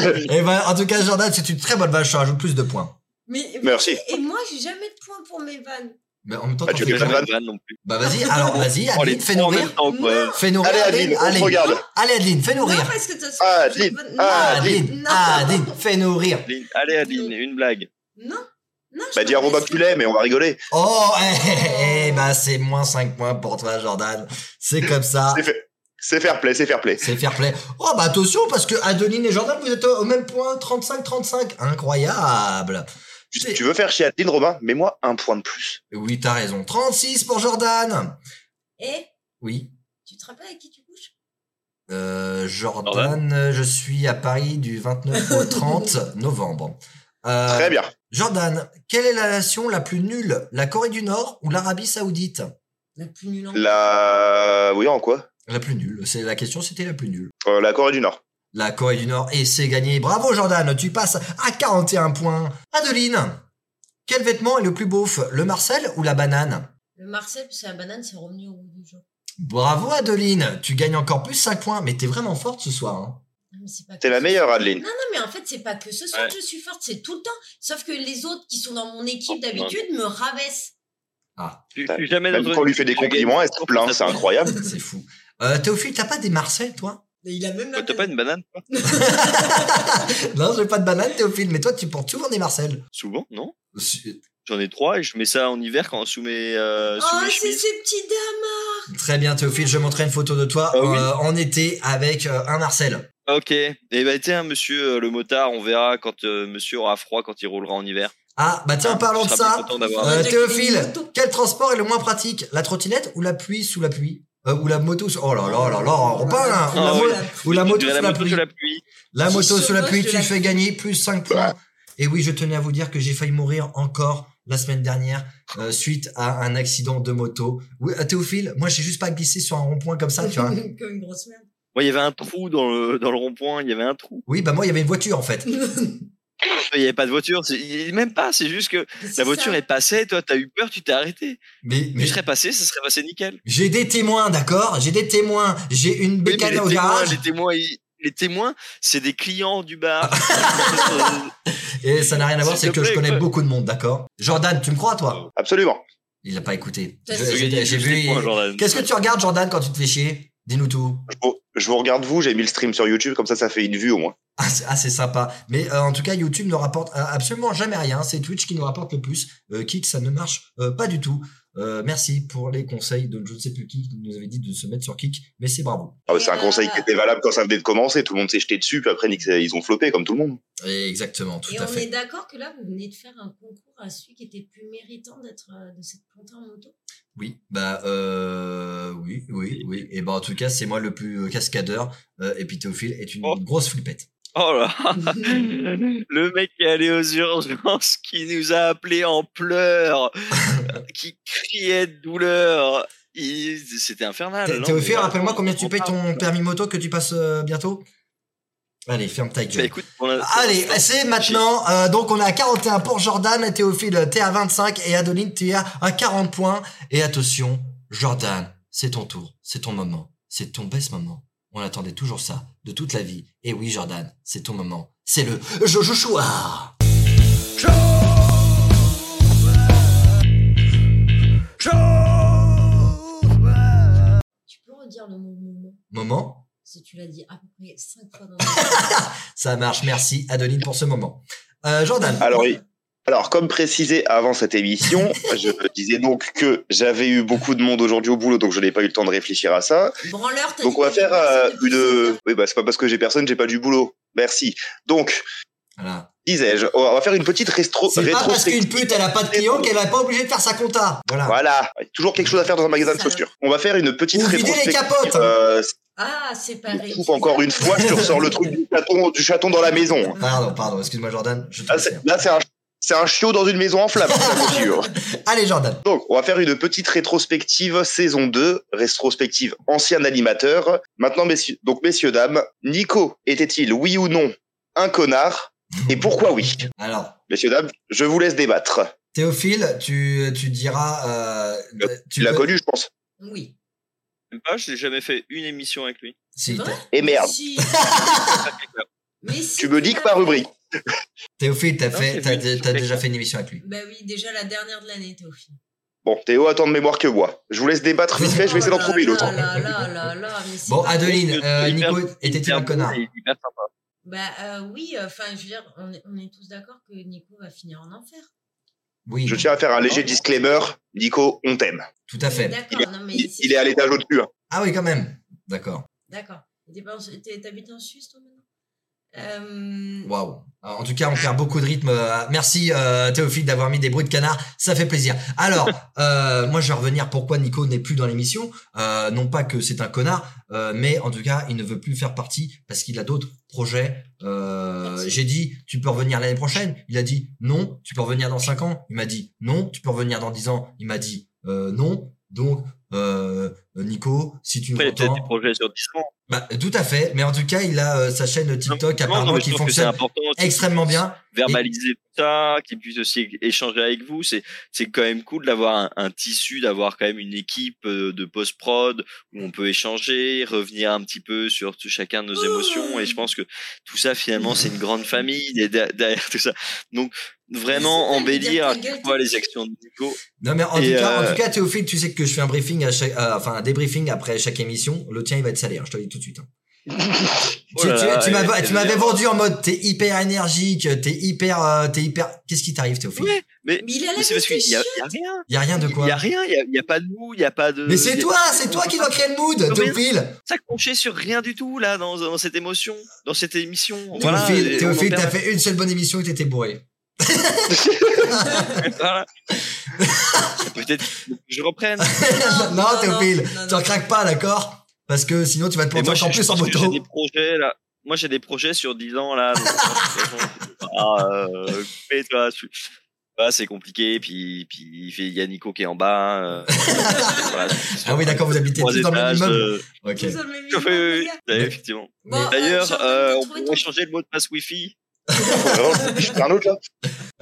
Speaker 2: ouais, ouais.
Speaker 1: Et ben, en tout cas, Jordan, c'est une très bonne vache, je te rajoute plus de points.
Speaker 3: Mais,
Speaker 2: Merci.
Speaker 3: Et moi, j'ai jamais de points pour mes vannes.
Speaker 1: Mais Bah, en même temps,
Speaker 2: Ah,
Speaker 1: t'en
Speaker 2: tu
Speaker 1: fais
Speaker 2: fais
Speaker 1: plein.
Speaker 2: pas mal.
Speaker 4: de vanne non plus.
Speaker 1: Bah vas-y, alors vas-y,
Speaker 4: Oh, les
Speaker 1: Adeline, fais-nous
Speaker 4: trois en
Speaker 1: rire.
Speaker 4: même temps, quoi.
Speaker 1: Fais-nous rire,
Speaker 2: Allez, Adeline, on te
Speaker 1: Adeline.
Speaker 2: regarde.
Speaker 1: Allez, Adeline, fais-nous
Speaker 3: Non,
Speaker 1: rure.
Speaker 3: parce que t'as
Speaker 2: Ah, Adeline,
Speaker 3: Non,
Speaker 2: ah,
Speaker 1: Adeline,
Speaker 3: non.
Speaker 1: Adeline, fais-nous rire.
Speaker 4: Adeline- Allez, Adeline, une blague.
Speaker 3: Non. Non, je
Speaker 2: Bah, dis à Robin que tu l'aimes et on va rigoler.
Speaker 1: Oh, eh, eh, eh, bah c'est moins 5 points pour toi, Jordan. C'est comme ça.
Speaker 2: C'est fait- C'est fair play, c'est fair play.
Speaker 1: C'est fair play. Oh, bah attention, parce que Adeline et Jordan, vous êtes au au même point, 35-35. Incroyable.
Speaker 2: Tu,
Speaker 1: C'est-
Speaker 2: tu veux faire chier Adeline, Robin Mets-moi un point de plus.
Speaker 1: Oui, t'as raison. 36 pour Jordan.
Speaker 3: Eh,
Speaker 1: Oui.
Speaker 3: tu te rappelles avec qui tu couches
Speaker 1: Euh, Jordan, euh, je suis à Paris du 29 au 30 novembre. Euh,
Speaker 2: Très bien.
Speaker 1: Jordan, quelle est la nation la plus nulle La Corée du Nord ou l'Arabie Saoudite
Speaker 3: La plus nulle en
Speaker 2: La. Oui, en quoi
Speaker 1: La plus nulle. C'est la question, c'était la plus nulle.
Speaker 2: Euh, La Corée du Nord.
Speaker 1: La Corée du Nord et c'est gagné. Bravo Jordan, tu passes à 41 points. Adeline, quel vêtement est le plus beauf Le Marcel ou la banane
Speaker 3: Le Marcel, parce que la banane, c'est revenu au bout du jour.
Speaker 1: Bravo Adeline, tu gagnes encore plus 5 points, mais t'es vraiment forte ce soir. hein.
Speaker 3: Non, mais c'est pas
Speaker 2: T'es
Speaker 3: que
Speaker 2: la
Speaker 3: ce
Speaker 2: meilleure,
Speaker 3: soir.
Speaker 2: Adeline.
Speaker 3: Non, non, mais en fait, c'est pas que ce soir
Speaker 4: Ouais.
Speaker 3: que je suis forte, c'est tout le temps. Sauf que les autres qui sont dans mon
Speaker 4: Oh,
Speaker 3: équipe
Speaker 4: non.
Speaker 3: d'habitude me rabaissent.
Speaker 4: Tu, tu jamais
Speaker 2: Bah, Même
Speaker 4: dans
Speaker 2: quand on
Speaker 4: une-
Speaker 2: lui fait des
Speaker 4: tu gagnes.
Speaker 2: compliments, elle se plaint, c'est incroyable.
Speaker 1: C'est fou. Euh, Théophile, t'as pas des Marseilles, toi
Speaker 3: Mais il a même
Speaker 4: Oh, T'as pas une banane toi
Speaker 1: Non, j'ai pas de banane, Théophile, mais toi, tu portes souvent des Marcel.
Speaker 4: Souvent, non J'en ai trois et je mets ça en hiver quand sous mes, euh, sous
Speaker 3: Oh,
Speaker 4: mes
Speaker 3: c'est
Speaker 4: chemises.
Speaker 3: ces petits dames
Speaker 1: Très bien, Théophile, je montrerai une photo de toi
Speaker 4: Ah oui.
Speaker 1: euh, en été avec euh, un Marcel.
Speaker 4: Ok. Et ben tiens, monsieur euh, le motard, on verra quand euh, monsieur aura froid quand il roulera en hiver.
Speaker 1: Ah, bah tiens, en parlant
Speaker 4: Tu
Speaker 1: de
Speaker 4: seras bien
Speaker 1: ça,
Speaker 4: content d'avoir-
Speaker 1: euh,
Speaker 3: Ouais.
Speaker 1: Théophile, quel transport est le moins pratique La trottinette ou la pluie sous la pluie Euh, Ou la moto sous... Oh là là là là, on parle, hein.
Speaker 4: Ah
Speaker 1: Ou la
Speaker 4: ouais.
Speaker 1: mo- Ou la
Speaker 4: De
Speaker 1: moto sous la
Speaker 4: moto
Speaker 1: pluie
Speaker 4: sous la pluie.
Speaker 1: La
Speaker 3: Qui
Speaker 1: moto
Speaker 3: se
Speaker 1: sous la
Speaker 3: moque
Speaker 1: pluie,
Speaker 3: de
Speaker 1: tu
Speaker 3: la
Speaker 1: fais gagner plus 5 points. Et oui, je tenais à vous dire que j'ai failli mourir encore la semaine dernière euh, suite à un accident de moto. Oui, à Théophile, moi j'ai juste pas glissé sur un rond-point comme ça, tu vois.
Speaker 3: Comme une grosse merde.
Speaker 4: Ouais, il y avait un trou dans le, dans le rond-point, il y avait un trou.
Speaker 1: Oui, bah moi il y avait une voiture en fait.
Speaker 4: Il n'y avait pas de voiture, c'est- il- même pas, c'est juste que la voiture est passée, toi t'as eu peur, tu t'es arrêté.
Speaker 1: Mais,
Speaker 4: Tu
Speaker 1: mais
Speaker 4: serais passé, ça serait passé nickel.
Speaker 1: j'ai des témoins, d'accord J'ai des témoins. J'ai une
Speaker 4: Oui, mais
Speaker 1: bécane
Speaker 4: les,
Speaker 1: au
Speaker 4: témoins,
Speaker 1: garage
Speaker 4: les témoins, ils- les témoins, c'est des clients du bar.
Speaker 1: et ça n'a rien à voir,
Speaker 4: S'il
Speaker 1: c'est
Speaker 4: te
Speaker 1: que je
Speaker 4: plaît,
Speaker 1: connais
Speaker 4: quoi.
Speaker 1: beaucoup de monde, d'accord Jordan, tu me crois toi
Speaker 2: Absolument.
Speaker 1: Il a pas écouté.
Speaker 3: T'as
Speaker 1: Je-
Speaker 3: su
Speaker 1: j'ai-
Speaker 4: Gagner
Speaker 1: J'ai
Speaker 4: juste
Speaker 1: vu.
Speaker 4: des points, Jordan.
Speaker 1: Qu'est-ce que tu regardes Jordan quand tu te fais chier Dis-nous tout.
Speaker 2: Je vous, je vous regarde vous, j'ai mis le stream sur YouTube, comme ça ça fait une vue au moins.
Speaker 1: Ah, c'est ah, c'est sympa. Mais euh, en tout cas, YouTube ne rapporte euh, absolument jamais rien. C'est Twitch qui nous rapporte le plus. Euh, Kik, ça ne marche euh, pas du tout. Euh, merci pour les conseils de je ne sais plus qui qui nous avait dit de se mettre sur Kik, mais c'est bravo.
Speaker 2: Ah bah, c'est un
Speaker 3: Et
Speaker 2: conseil
Speaker 3: euh,
Speaker 2: qui était valable quand ça venait de commencer, tout le monde s'est jeté dessus, puis après nique, ils ont floppé comme tout le monde.
Speaker 1: Et exactement, tout
Speaker 3: Et
Speaker 1: à
Speaker 3: on est
Speaker 1: fait.
Speaker 3: d'accord que là, vous venez de faire un concours à celui qui était le plus méritant d'être euh, de cette plantée en moto.
Speaker 1: Oui, bah euh, oui, oui, oui. Et bah en tout cas, c'est moi le plus euh, cascadeur. Euh, et puis Théophile est une
Speaker 4: Oh.
Speaker 1: grosse flippette.
Speaker 4: Oh là Le mec qui est allé aux urgences, qui nous a appelés en pleurs, qui criait de douleur. Il- C'était infernal.
Speaker 1: Thé-
Speaker 4: non,
Speaker 1: Théophile,
Speaker 4: mais-
Speaker 1: rappelle-moi combien tu
Speaker 4: on
Speaker 1: payes
Speaker 4: parle.
Speaker 1: ton permis moto que tu passes euh, bientôt. Allez, ferme ta
Speaker 4: Bah,
Speaker 1: gueule.
Speaker 4: écoute, pour l'instant-
Speaker 1: Allez, c'est maintenant. euh, donc on est à 41 pour Jordan, Théophile, euh, t'es à 25 et Adeline, t'es à, à 40 points. Et attention, Jordan, c'est ton tour, c'est ton moment, c'est ton best moment. On attendait toujours ça de toute la vie. Et oui, Jordan, c'est ton moment. C'est le Jojo Chouard.
Speaker 3: Tu peux redire le mot moment
Speaker 1: Moment,
Speaker 3: Parce que tu l'as dit à peu près 5 fois dans la
Speaker 1: ça marche. Merci Adeline pour ce moment. Euh, Jordan.
Speaker 2: Alors, oui. Alors, comme précisé avant cette émission, je disais donc que j'avais eu beaucoup de monde aujourd'hui au boulot, donc je n'ai pas eu le temps de réfléchir à ça.
Speaker 3: Branleur, t'as
Speaker 2: Donc,
Speaker 3: dit
Speaker 2: on va
Speaker 3: que t'as
Speaker 2: faire euh,
Speaker 3: personne depuis
Speaker 2: une.
Speaker 3: cinq ans.
Speaker 2: Oui, bah, c'est pas parce que j'ai personne, j'ai pas du boulot. Merci. Donc,
Speaker 1: Voilà.
Speaker 2: disais-je, on va faire une petite rétro.
Speaker 1: C'est pas parce
Speaker 2: rétrospective.
Speaker 1: qu'une pute elle a pas de clients qu'elle est pas obligée de faire sa compta. Voilà.
Speaker 2: Voilà, toujours quelque chose à faire dans un magasin de
Speaker 3: Salope.
Speaker 2: chaussures. On va faire une petite
Speaker 1: Ou vider les
Speaker 2: rétrospective.
Speaker 1: capotes.
Speaker 2: Euh,
Speaker 3: Ah, c'est pareil.
Speaker 2: coupe encore une fois, je te ressors le truc du chaton, du chaton dans la maison.
Speaker 1: Pardon, pardon. Excuse-moi Jordan. Je te
Speaker 2: Là,
Speaker 1: laisse.
Speaker 2: Ah, c'est là, c'est un, c'est un chiot dans une maison en flammes. ça continue.
Speaker 1: Allez Jordan.
Speaker 2: Donc, on va faire une petite rétrospective saison 2, rétrospective ancien animateur. Maintenant, messieurs, donc messieurs, dames, Nico était-il, oui ou non, un connard Et pourquoi oui
Speaker 1: Alors,
Speaker 2: Messieurs, dames, je vous laisse débattre.
Speaker 1: Théophile, tu, tu diras. euh,
Speaker 2: Tu l'as
Speaker 1: peux-
Speaker 2: connu, je pense.
Speaker 3: Oui.
Speaker 4: Même pas, je n'ai jamais fait une émission avec lui.
Speaker 1: Si,
Speaker 3: C'est vrai
Speaker 1: t'as-
Speaker 2: Et merde,
Speaker 3: Si.
Speaker 1: Ah,
Speaker 3: Mais si,
Speaker 2: tu me dis que ma rubrique.
Speaker 1: Théophile, t'as
Speaker 4: Non,
Speaker 1: fait,
Speaker 4: c'est
Speaker 1: t'as,
Speaker 4: lui,
Speaker 1: dé-
Speaker 4: je
Speaker 1: t'as
Speaker 4: fais
Speaker 1: déjà
Speaker 4: ça.
Speaker 1: fait une émission avec lui.
Speaker 3: Bah oui, déjà la dernière de l'année, Théophile.
Speaker 2: Bon, Théo a tant de mémoire que moi. Je vous laisse débattre vite fait, je vais essayer d'en
Speaker 3: Oh là
Speaker 2: trouver une autre.
Speaker 3: là là là là là, mais c'est
Speaker 1: Bon,
Speaker 3: pas-
Speaker 1: Adeline, euh,
Speaker 4: Il est
Speaker 1: Nico
Speaker 4: hyper-
Speaker 1: était-il un
Speaker 4: hyper
Speaker 1: connard
Speaker 4: bon et hyper sympa.
Speaker 3: Bah euh, oui, enfin, je veux dire, on est, on est tous d'accord que Nico va finir en enfer.
Speaker 1: Oui,
Speaker 2: Je tiens à faire un léger disclaimer. Nico, on t'aime.
Speaker 1: tout à fait.
Speaker 2: Il est-
Speaker 3: D'accord, non mais.
Speaker 2: Il,
Speaker 3: c'est-
Speaker 2: il est à l'étage au-dessus. hein.
Speaker 1: Ah oui, quand même. D'accord.
Speaker 3: D'accord. T'es pas en- t'es- T'habites en Suisse, toi, maintenant Euh,
Speaker 1: Waouh. Alors, En tout cas, on perd beaucoup de rythme. Euh, Merci euh, Théophile d'avoir mis des bruits de canard, ça fait plaisir. Alors, euh, moi je vais revenir pourquoi Nico n'est plus dans l'émission. Euh, non pas que c'est un connard, euh, mais en tout cas, il ne veut plus faire partie parce qu'il a d'autres projets. Euh,
Speaker 3: Merci.
Speaker 1: J'ai dit, tu peux revenir l'année prochaine. Il a dit, non, tu peux revenir dans 5 ans. Il m'a dit, non, tu peux revenir dans 10 ans. Il m'a dit, euh, non. Donc, euh, Nico, si tu
Speaker 4: Après, il a
Speaker 1: m'entends...
Speaker 4: peut-être des projets sur 10 ans.
Speaker 1: Bah, tout à fait, mais en tout cas, il a euh, sa chaîne TikTok
Speaker 4: Non,
Speaker 1: apparemment
Speaker 4: non, mais je
Speaker 1: qui
Speaker 4: pense que c'est
Speaker 1: fonctionne
Speaker 4: important aussi.
Speaker 1: extrêmement bien.
Speaker 4: verbaliser tout ça, qu'il puisse aussi échanger avec vous. C'est c'est quand même cool d'avoir un, un tissu, d'avoir quand même une équipe euh, de post prod où on peut échanger, revenir un petit peu sur tout- chacun de nos émotions. Et je pense que tout ça finalement c'est une grande famille et de- derrière tout ça. Donc vraiment
Speaker 3: Mais c'est pas lui dire
Speaker 4: embellir
Speaker 3: ta
Speaker 4: à chaque
Speaker 3: gueule,
Speaker 4: fois
Speaker 3: t'es-
Speaker 4: les actions de Nico.
Speaker 1: Non mais en
Speaker 4: Et,
Speaker 1: tout, cas, en
Speaker 4: euh,
Speaker 1: tout cas, Théophile, tu sais que je fais un briefing à chaque, euh, enfin un débriefing après chaque émission. Le tien, il va être salaire, je te le dis tout de suite. hein. Tu,
Speaker 4: Oh là
Speaker 1: tu-
Speaker 4: là,
Speaker 1: tu
Speaker 4: elle-
Speaker 1: m'avais-
Speaker 4: elle
Speaker 1: tu m'avais
Speaker 4: vient.
Speaker 1: vendu en mode t'es hyper énergique, t'es hyper, euh, t'es hyper. Qu'est-ce qui t'arrive, Théophile
Speaker 4: Ouais,
Speaker 3: Mais il a la
Speaker 4: mais c'est parce
Speaker 3: tête
Speaker 4: qu'il
Speaker 3: de
Speaker 4: y a,
Speaker 3: chien.
Speaker 4: y a rien.
Speaker 1: Y a rien de
Speaker 4: Il y a
Speaker 1: quoi.
Speaker 4: rien, il y a, y a pas de mou, il y a pas de.
Speaker 1: Mais c'est
Speaker 4: y a-
Speaker 1: toi, c'est toi qui dois créer le mood,
Speaker 4: Non, mais-
Speaker 1: Théophile.
Speaker 4: Ça conchait sur rien du tout là dans, dans cette émotion, dans cette émission. Voilà.
Speaker 1: Théophile,
Speaker 4: et
Speaker 1: Théophile,
Speaker 4: on en
Speaker 1: t'as
Speaker 4: perd-
Speaker 1: fait une seule bonne émission et t'étais bourré. Ah.
Speaker 4: voilà. Peut-être que je reprenne.
Speaker 1: non,
Speaker 3: non,
Speaker 1: Théophile,
Speaker 3: non, non,
Speaker 1: t'en
Speaker 3: non.
Speaker 1: craques pas, d'accord Parce que sinon tu vas te
Speaker 4: Et
Speaker 1: planter
Speaker 4: moi,
Speaker 1: encore
Speaker 4: je- je
Speaker 1: plus en
Speaker 4: pense que
Speaker 1: moto.
Speaker 4: J'ai des projets là. Moi, j'ai des projets sur 10 ans là. donc, euh, de toute façon, je peux pas, euh, couper, tu vois, je suis- voilà, c'est compliqué. Puis, puis il fait- il y a Nico qui est en bas. euh, voilà,
Speaker 1: Ah oui, d'accord, vous habitez
Speaker 4: trois
Speaker 1: tous dans le même
Speaker 4: étages,
Speaker 1: immeuble.
Speaker 4: euh,
Speaker 1: Ok.
Speaker 3: Nous sommes les
Speaker 4: oui,
Speaker 3: mignons,
Speaker 4: oui,
Speaker 3: les
Speaker 4: oui,
Speaker 3: gars.
Speaker 4: ouais, effectivement.
Speaker 3: Bon,
Speaker 1: Mais-
Speaker 3: euh,
Speaker 4: D'ailleurs,
Speaker 3: j'ai envie de
Speaker 4: euh, on
Speaker 3: trouver
Speaker 4: pourrait
Speaker 3: ton-
Speaker 4: changer le mot de passe Wi-Fi.
Speaker 2: Vraiment, je fais un autre là.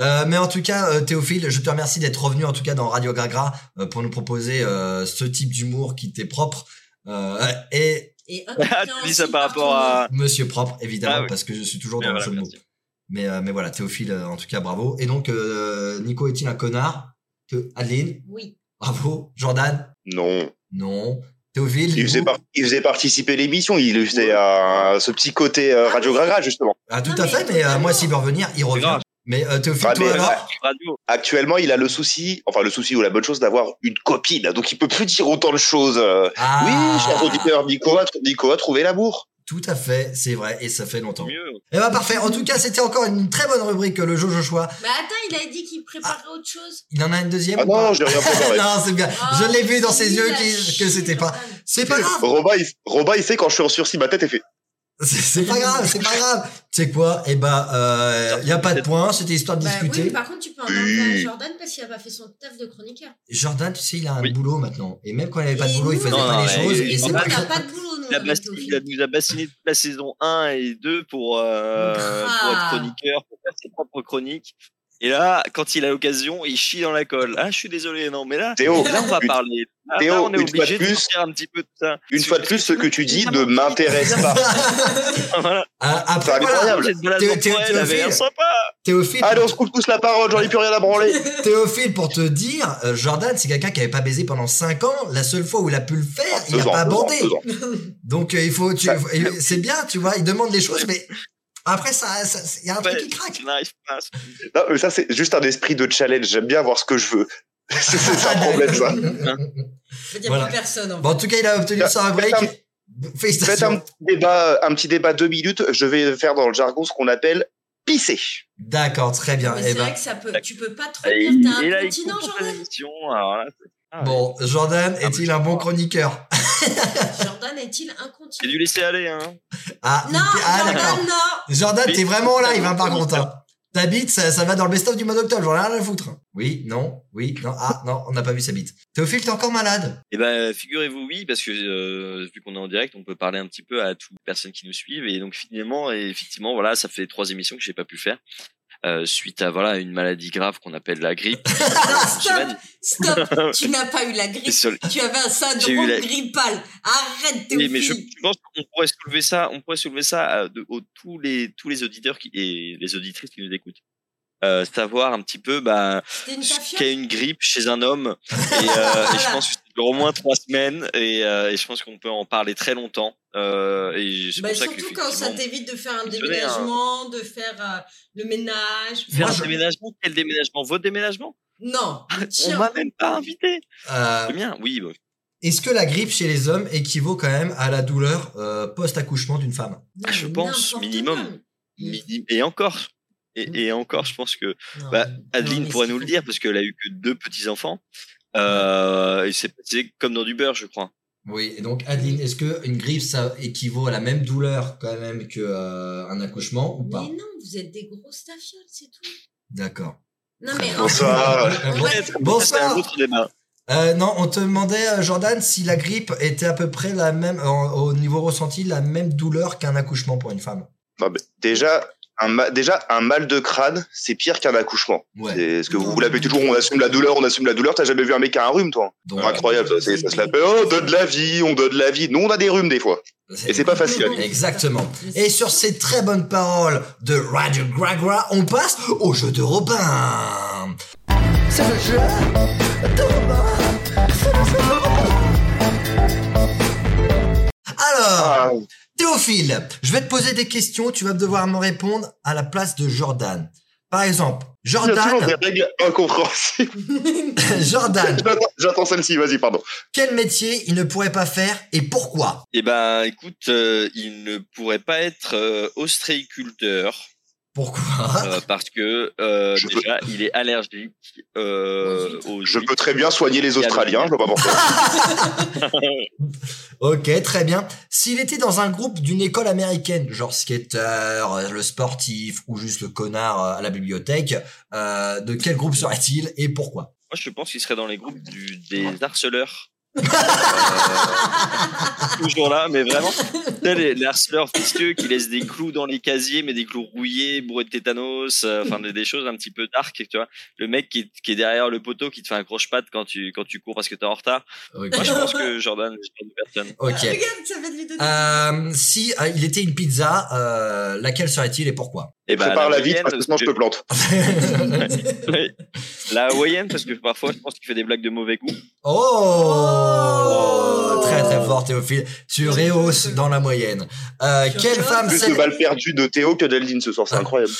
Speaker 1: Euh, mais en tout cas, euh, Théophile, je te remercie d'être revenu en tout cas dans Radio Gragra euh, pour nous proposer euh, ce type d'humour qui t'est propre euh, et
Speaker 3: Et
Speaker 4: Ah, tu dis ça par rapport à.
Speaker 1: Monsieur propre évidemment
Speaker 4: Ah oui.
Speaker 1: parce que je suis toujours
Speaker 4: Mais
Speaker 1: dans
Speaker 4: voilà,
Speaker 1: le jeu de mots.
Speaker 4: merci.
Speaker 1: Mais euh, mais voilà, Théophile, euh, en tout cas, bravo. Et donc, euh, Nico est-il un connard Thé- Adeline,
Speaker 3: Oui.
Speaker 1: bravo. Jordan,
Speaker 2: Non.
Speaker 1: non. Théophile,
Speaker 2: Il
Speaker 1: du
Speaker 2: faisait,
Speaker 1: coup
Speaker 2: par- il faisait participer l'émission, il faisait euh, ce petit côté euh, Radio Gragra, justement.
Speaker 1: ah, tout
Speaker 3: Non,
Speaker 1: à
Speaker 3: mais
Speaker 1: fait. Mais euh, moi,
Speaker 3: totalement.
Speaker 1: s'il veut revenir, il revient.
Speaker 4: grave.
Speaker 1: Mais euh, Théophile,
Speaker 2: Ah,
Speaker 1: toi
Speaker 2: mais-
Speaker 1: alors
Speaker 4: Radio.
Speaker 2: Actuellement, il a le souci, enfin le souci ou la bonne chose d'avoir une copine, donc il peut plus dire autant de choses. euh,
Speaker 1: Ah,
Speaker 2: Oui, cher auditeur, Nico a, Nico a trouvé l'amour.
Speaker 1: Tout à fait, c'est vrai, et ça fait longtemps.
Speaker 4: Mieux.
Speaker 1: Eh ben parfait. En tout cas, c'était encore une très bonne rubrique, le Jojo Choix.
Speaker 3: Mais attends, il a dit qu'il préparait autre chose.
Speaker 1: Il en a une deuxième
Speaker 2: Ah
Speaker 1: ou
Speaker 2: non,
Speaker 1: pas
Speaker 2: non, j'ai rien préparé.
Speaker 1: Non, c'est bien.
Speaker 3: Ah,
Speaker 1: je l'ai vu dans ses
Speaker 3: il
Speaker 1: yeux
Speaker 3: a
Speaker 1: qu'il-
Speaker 3: chié,
Speaker 1: que c'était pas.
Speaker 3: Jordan.
Speaker 1: C'est pas grave.
Speaker 2: Robin il, Robin, il sait quand je suis en sursis, ma tête est faite.
Speaker 1: C'est c'est pas grave. C'est pas grave. Tu sais quoi Eh ben, euh, y a pas de point. C'était histoire de
Speaker 3: Bah oui,
Speaker 1: discuter.
Speaker 3: mais par contre, tu peux en
Speaker 2: Oui.
Speaker 3: enlever à Jordan parce qu'il a pas fait son taf de chroniqueur.
Speaker 1: Jordan, tu sais, il a un
Speaker 4: Oui.
Speaker 1: boulot maintenant. Et même quand il avait pas de
Speaker 3: Et
Speaker 1: boulot, il
Speaker 3: nous,
Speaker 1: faisait
Speaker 4: Non,
Speaker 1: pas les
Speaker 4: mais
Speaker 1: choses.
Speaker 4: il
Speaker 1: Et c'est
Speaker 4: en
Speaker 1: pas
Speaker 4: a
Speaker 3: On n'a
Speaker 1: grave.
Speaker 3: pas de boulot, nous.
Speaker 4: Il a
Speaker 3: avec
Speaker 4: basti- il a-
Speaker 3: Théophile.
Speaker 4: nous a bassiné toute la saison 1 et 2 pour, euh,
Speaker 3: Ah.
Speaker 4: pour être chroniqueur, pour faire ses propres chroniques. Et là, quand il a l'occasion, il chie dans la colle. Ah, je suis désolé, non, mais là,
Speaker 2: Théo,
Speaker 4: là on va
Speaker 2: une-
Speaker 4: parler. Là,
Speaker 2: Théo,
Speaker 4: là, on est
Speaker 2: une fois de
Speaker 4: obligé de
Speaker 2: plus-
Speaker 4: sortir un petit peu de ça.
Speaker 2: une fois de plus, ce que tu dis ne m'intéresse pas.
Speaker 4: voilà.
Speaker 1: Ah,
Speaker 2: Ça
Speaker 1: Euh, Après,
Speaker 2: va
Speaker 1: voilà.
Speaker 2: incroyable.
Speaker 4: J'ai de balade
Speaker 1: Théo-
Speaker 4: dans
Speaker 1: Théo-
Speaker 4: Noël, elle avait
Speaker 1: Théophile.
Speaker 4: l'air sympa.
Speaker 1: Théophile,
Speaker 2: Allez, on se coupe tous la parole, j'en ai plus rien à branler.
Speaker 1: Théophile, pour te dire, euh, Jordan, c'est quelqu'un qui avait pas baisé pendant 5 ans. La seule fois où il a pu le faire, il
Speaker 2: Deux
Speaker 1: a
Speaker 2: ans,
Speaker 1: pas
Speaker 2: deux ans,
Speaker 1: bandé.
Speaker 2: deux ans.
Speaker 1: Donc euh, il faut, tu,
Speaker 2: Ça-
Speaker 1: il- c'est bien, tu vois, il demande les choses, mais après ça, ça- il y a un
Speaker 2: Bah,
Speaker 4: Ouais,
Speaker 1: truc qui craque.
Speaker 4: je n'arrive pas à-
Speaker 2: Non, mais ça, c'est juste un esprit de challenge. J'aime bien voir ce que je veux. c'est c'est ça
Speaker 1: Ah,
Speaker 2: le problème, ça.
Speaker 3: Je veux dire,
Speaker 1: Voilà.
Speaker 3: plus personne. En
Speaker 1: Bon, en tout cas, il a obtenu
Speaker 2: Faites
Speaker 1: sa rubrique.
Speaker 2: Faites un
Speaker 1: Félicitations.
Speaker 2: petit débat, un petit débat deux minutes. Je vais faire dans le jargon ce qu'on appelle pisser.
Speaker 1: D'accord, très bien.
Speaker 3: Mais
Speaker 1: Eh
Speaker 3: c'est
Speaker 1: ben,
Speaker 3: vrai que ça peut. Tu peux pas te
Speaker 4: Et,
Speaker 3: retenir.
Speaker 4: et
Speaker 3: T'as
Speaker 4: là,
Speaker 3: un
Speaker 4: il
Speaker 3: continent,
Speaker 4: coupe
Speaker 3: Jordan.
Speaker 4: l'émission. Alors là, c'est- ah, ouais.
Speaker 1: bon, Jordan
Speaker 4: Ah,
Speaker 1: est-il
Speaker 4: mais-
Speaker 1: un bon chroniqueur
Speaker 3: Jordan est-il
Speaker 4: J'ai
Speaker 3: incontinent
Speaker 4: dû laisser aller, hein.
Speaker 1: Ah,
Speaker 3: Non,
Speaker 1: il- ah, d'accord.
Speaker 3: Jordan, non.
Speaker 1: Jordan, t'es
Speaker 4: Oui.
Speaker 1: vraiment en live, hein, par contre. hein. Ta bite, ça, ça va dans le best-of du mois d'octobre, j'en ai rien à foutre. Oui, non, oui, non, ah, non, on n'a pas vu sa bite. Théophile, t'es encore malade
Speaker 4: Eh ben, figurez-vous oui, parce que euh, vu qu'on est en direct, on peut parler un petit peu à toutes les personnes qui nous suivent. Et donc finalement, et effectivement, voilà, ça fait trois émissions que j'ai pas pu faire euh, suite à voilà une maladie grave qu'on appelle la grippe.
Speaker 3: Non,
Speaker 4: Semaine.
Speaker 3: stop, stop. Tu n'as pas eu la grippe.
Speaker 4: Désolé.
Speaker 3: Tu avais un
Speaker 4: J'ai eu
Speaker 3: syndrome
Speaker 4: la-
Speaker 3: grippal. Arrête,
Speaker 4: Oui, mais je,
Speaker 3: Théophile.
Speaker 4: je pense qu'on pourrait soulever ça, on pourrait soulever ça à, de, aux- tous les tous les auditeurs qui, et les auditrices qui nous écoutent, Euh, savoir un petit peu bah,
Speaker 3: C'était une
Speaker 4: ce
Speaker 3: tafiole.
Speaker 4: qu'est une grippe chez un homme. Et, euh, et je pense que ça dure au moins trois semaines. Et, euh, et je pense qu'on peut en parler très longtemps. Euh, et c'est
Speaker 3: Bah,
Speaker 4: pour ça
Speaker 3: surtout quand ça
Speaker 4: qu'effectivement,
Speaker 3: t'évite de faire un
Speaker 4: fonctionner, hein.
Speaker 3: déménagement, de faire euh, le ménage.
Speaker 4: Faire
Speaker 1: Moi,
Speaker 4: un
Speaker 1: je-
Speaker 4: déménagement Quel déménagement Votre déménagement
Speaker 3: Non, le
Speaker 4: Ah, On
Speaker 3: tien.
Speaker 4: m'a même pas invité.
Speaker 1: Euh,
Speaker 4: C'est bien, oui. bah,
Speaker 1: Est-ce que la grippe chez les hommes équivaut quand même à la douleur euh, post-accouchement d'une femme
Speaker 3: Non,
Speaker 4: ah, je
Speaker 3: mais
Speaker 4: pense,
Speaker 3: n'importe
Speaker 4: minimum.
Speaker 3: Mm.
Speaker 4: midi- Et encore. Et, et encore, je pense que
Speaker 3: quoi. Non,
Speaker 4: Bah,
Speaker 3: mais- non,
Speaker 4: Adeline
Speaker 3: mais
Speaker 4: pourrait
Speaker 3: c'est
Speaker 4: nous le
Speaker 3: fou.
Speaker 4: dire parce qu'elle a eu que deux petits enfants. Euh, et c'est c'est comme dans du beurre, je crois.
Speaker 1: Oui, et donc Adeline, est-ce que une grippe ça équivaut à la même douleur quand même que euh, un accouchement ou pas
Speaker 3: Mais non, vous êtes des grosses tafioles, c'est tout.
Speaker 1: D'accord.
Speaker 3: Non, mais
Speaker 2: Bonsoir.
Speaker 1: Euh, bon-
Speaker 4: Peut-être, C'est
Speaker 1: Bonsoir.
Speaker 4: un autre débat.
Speaker 1: euh, non, on te demandait euh, Jordan si la grippe était à peu près la même en- au niveau ressenti la même douleur qu'un accouchement pour une femme.
Speaker 2: Non, mais déjà, un ma- déjà, un mal de crâne, c'est pire qu'un accouchement.
Speaker 1: Ouais.
Speaker 2: C'est ce que vous vous l'avez toujours, on assume la douleur, on assume la douleur. T'as jamais vu un mec qui a un rhume, toi hein
Speaker 1: Donc
Speaker 2: Incroyable, ça, c'est- ça se l'appelle. Oh, donne de la vie, on donne de la vie. Nous, on a des rhumes des fois. Et c'est pas facile. à vivre.
Speaker 1: euh, Exactement. Et sur ces très bonnes paroles de Radio Gragra, on passe au jeu de Robin.
Speaker 5: C'est le jeu de Robin. C'est le jeu de Robin.
Speaker 1: Alors,
Speaker 2: Ah,
Speaker 1: Théophile, je vais te poser des questions, tu vas devoir me répondre à la place de Jordan. Par exemple,
Speaker 2: Il y a toujours
Speaker 1: Jordan,
Speaker 2: des règles incompréhensibles.
Speaker 1: Jordan,
Speaker 2: J'attends- J'attends celle-ci, vas-y, pardon.
Speaker 1: quel métier il ne pourrait pas faire et pourquoi
Speaker 4: Eh ben, écoute, euh, il ne pourrait pas être euh, ostréiculteur
Speaker 1: Pourquoi
Speaker 4: euh, parce que euh,
Speaker 2: Ah. Je peux-
Speaker 4: déjà, il est allergique euh,
Speaker 3: Aux huîtres.
Speaker 4: aux
Speaker 2: Je
Speaker 4: huîtres.
Speaker 2: peux très bien soigner les Australiens, je vois pas pourquoi.
Speaker 1: Ok, très bien. S'il était dans un groupe d'une école américaine, genre skateur, euh, le sportif ou juste le connard euh, à la bibliothèque, euh, de quel groupe serait-il et pourquoi
Speaker 4: Moi, je pense qu'il serait dans les groupes du,
Speaker 2: Ah.
Speaker 4: des harceleurs. Euh, toujours là, mais vraiment. Tu sais, les, les harceleurs vicieux qui laissent des clous dans les casiers, mais des clous rouillés, bourrés de tétanos, euh, enfin des, des choses un petit peu dark, tu vois. Le mec qui, est- qui est derrière le poteau, qui te fait un croche-patte quand tu, quand tu cours parce que t'es en retard.
Speaker 1: Ok.
Speaker 4: Moi, je pense que Jordan est ce genre de personne.
Speaker 1: Ok.
Speaker 3: Ah, Regarde, ça fait de lui donner.
Speaker 1: Euh, si euh, il était une pizza, euh, laquelle serait-il et pourquoi
Speaker 4: Et ben,
Speaker 2: Prépare la
Speaker 4: moyenne,
Speaker 2: vitre, parce que sinon je te plante.
Speaker 4: La moyenne, parce que parfois, je pense qu'il fait des blagues de mauvais goût.
Speaker 1: Oh
Speaker 3: Oh
Speaker 1: Très très fort Théophile. Tu rehausses dans la moyenne. Euh, quelle, femme
Speaker 2: Plus de
Speaker 1: célèbre,
Speaker 2: balles perdues de Théo que d'Eldin ce soir, c'est incroyable.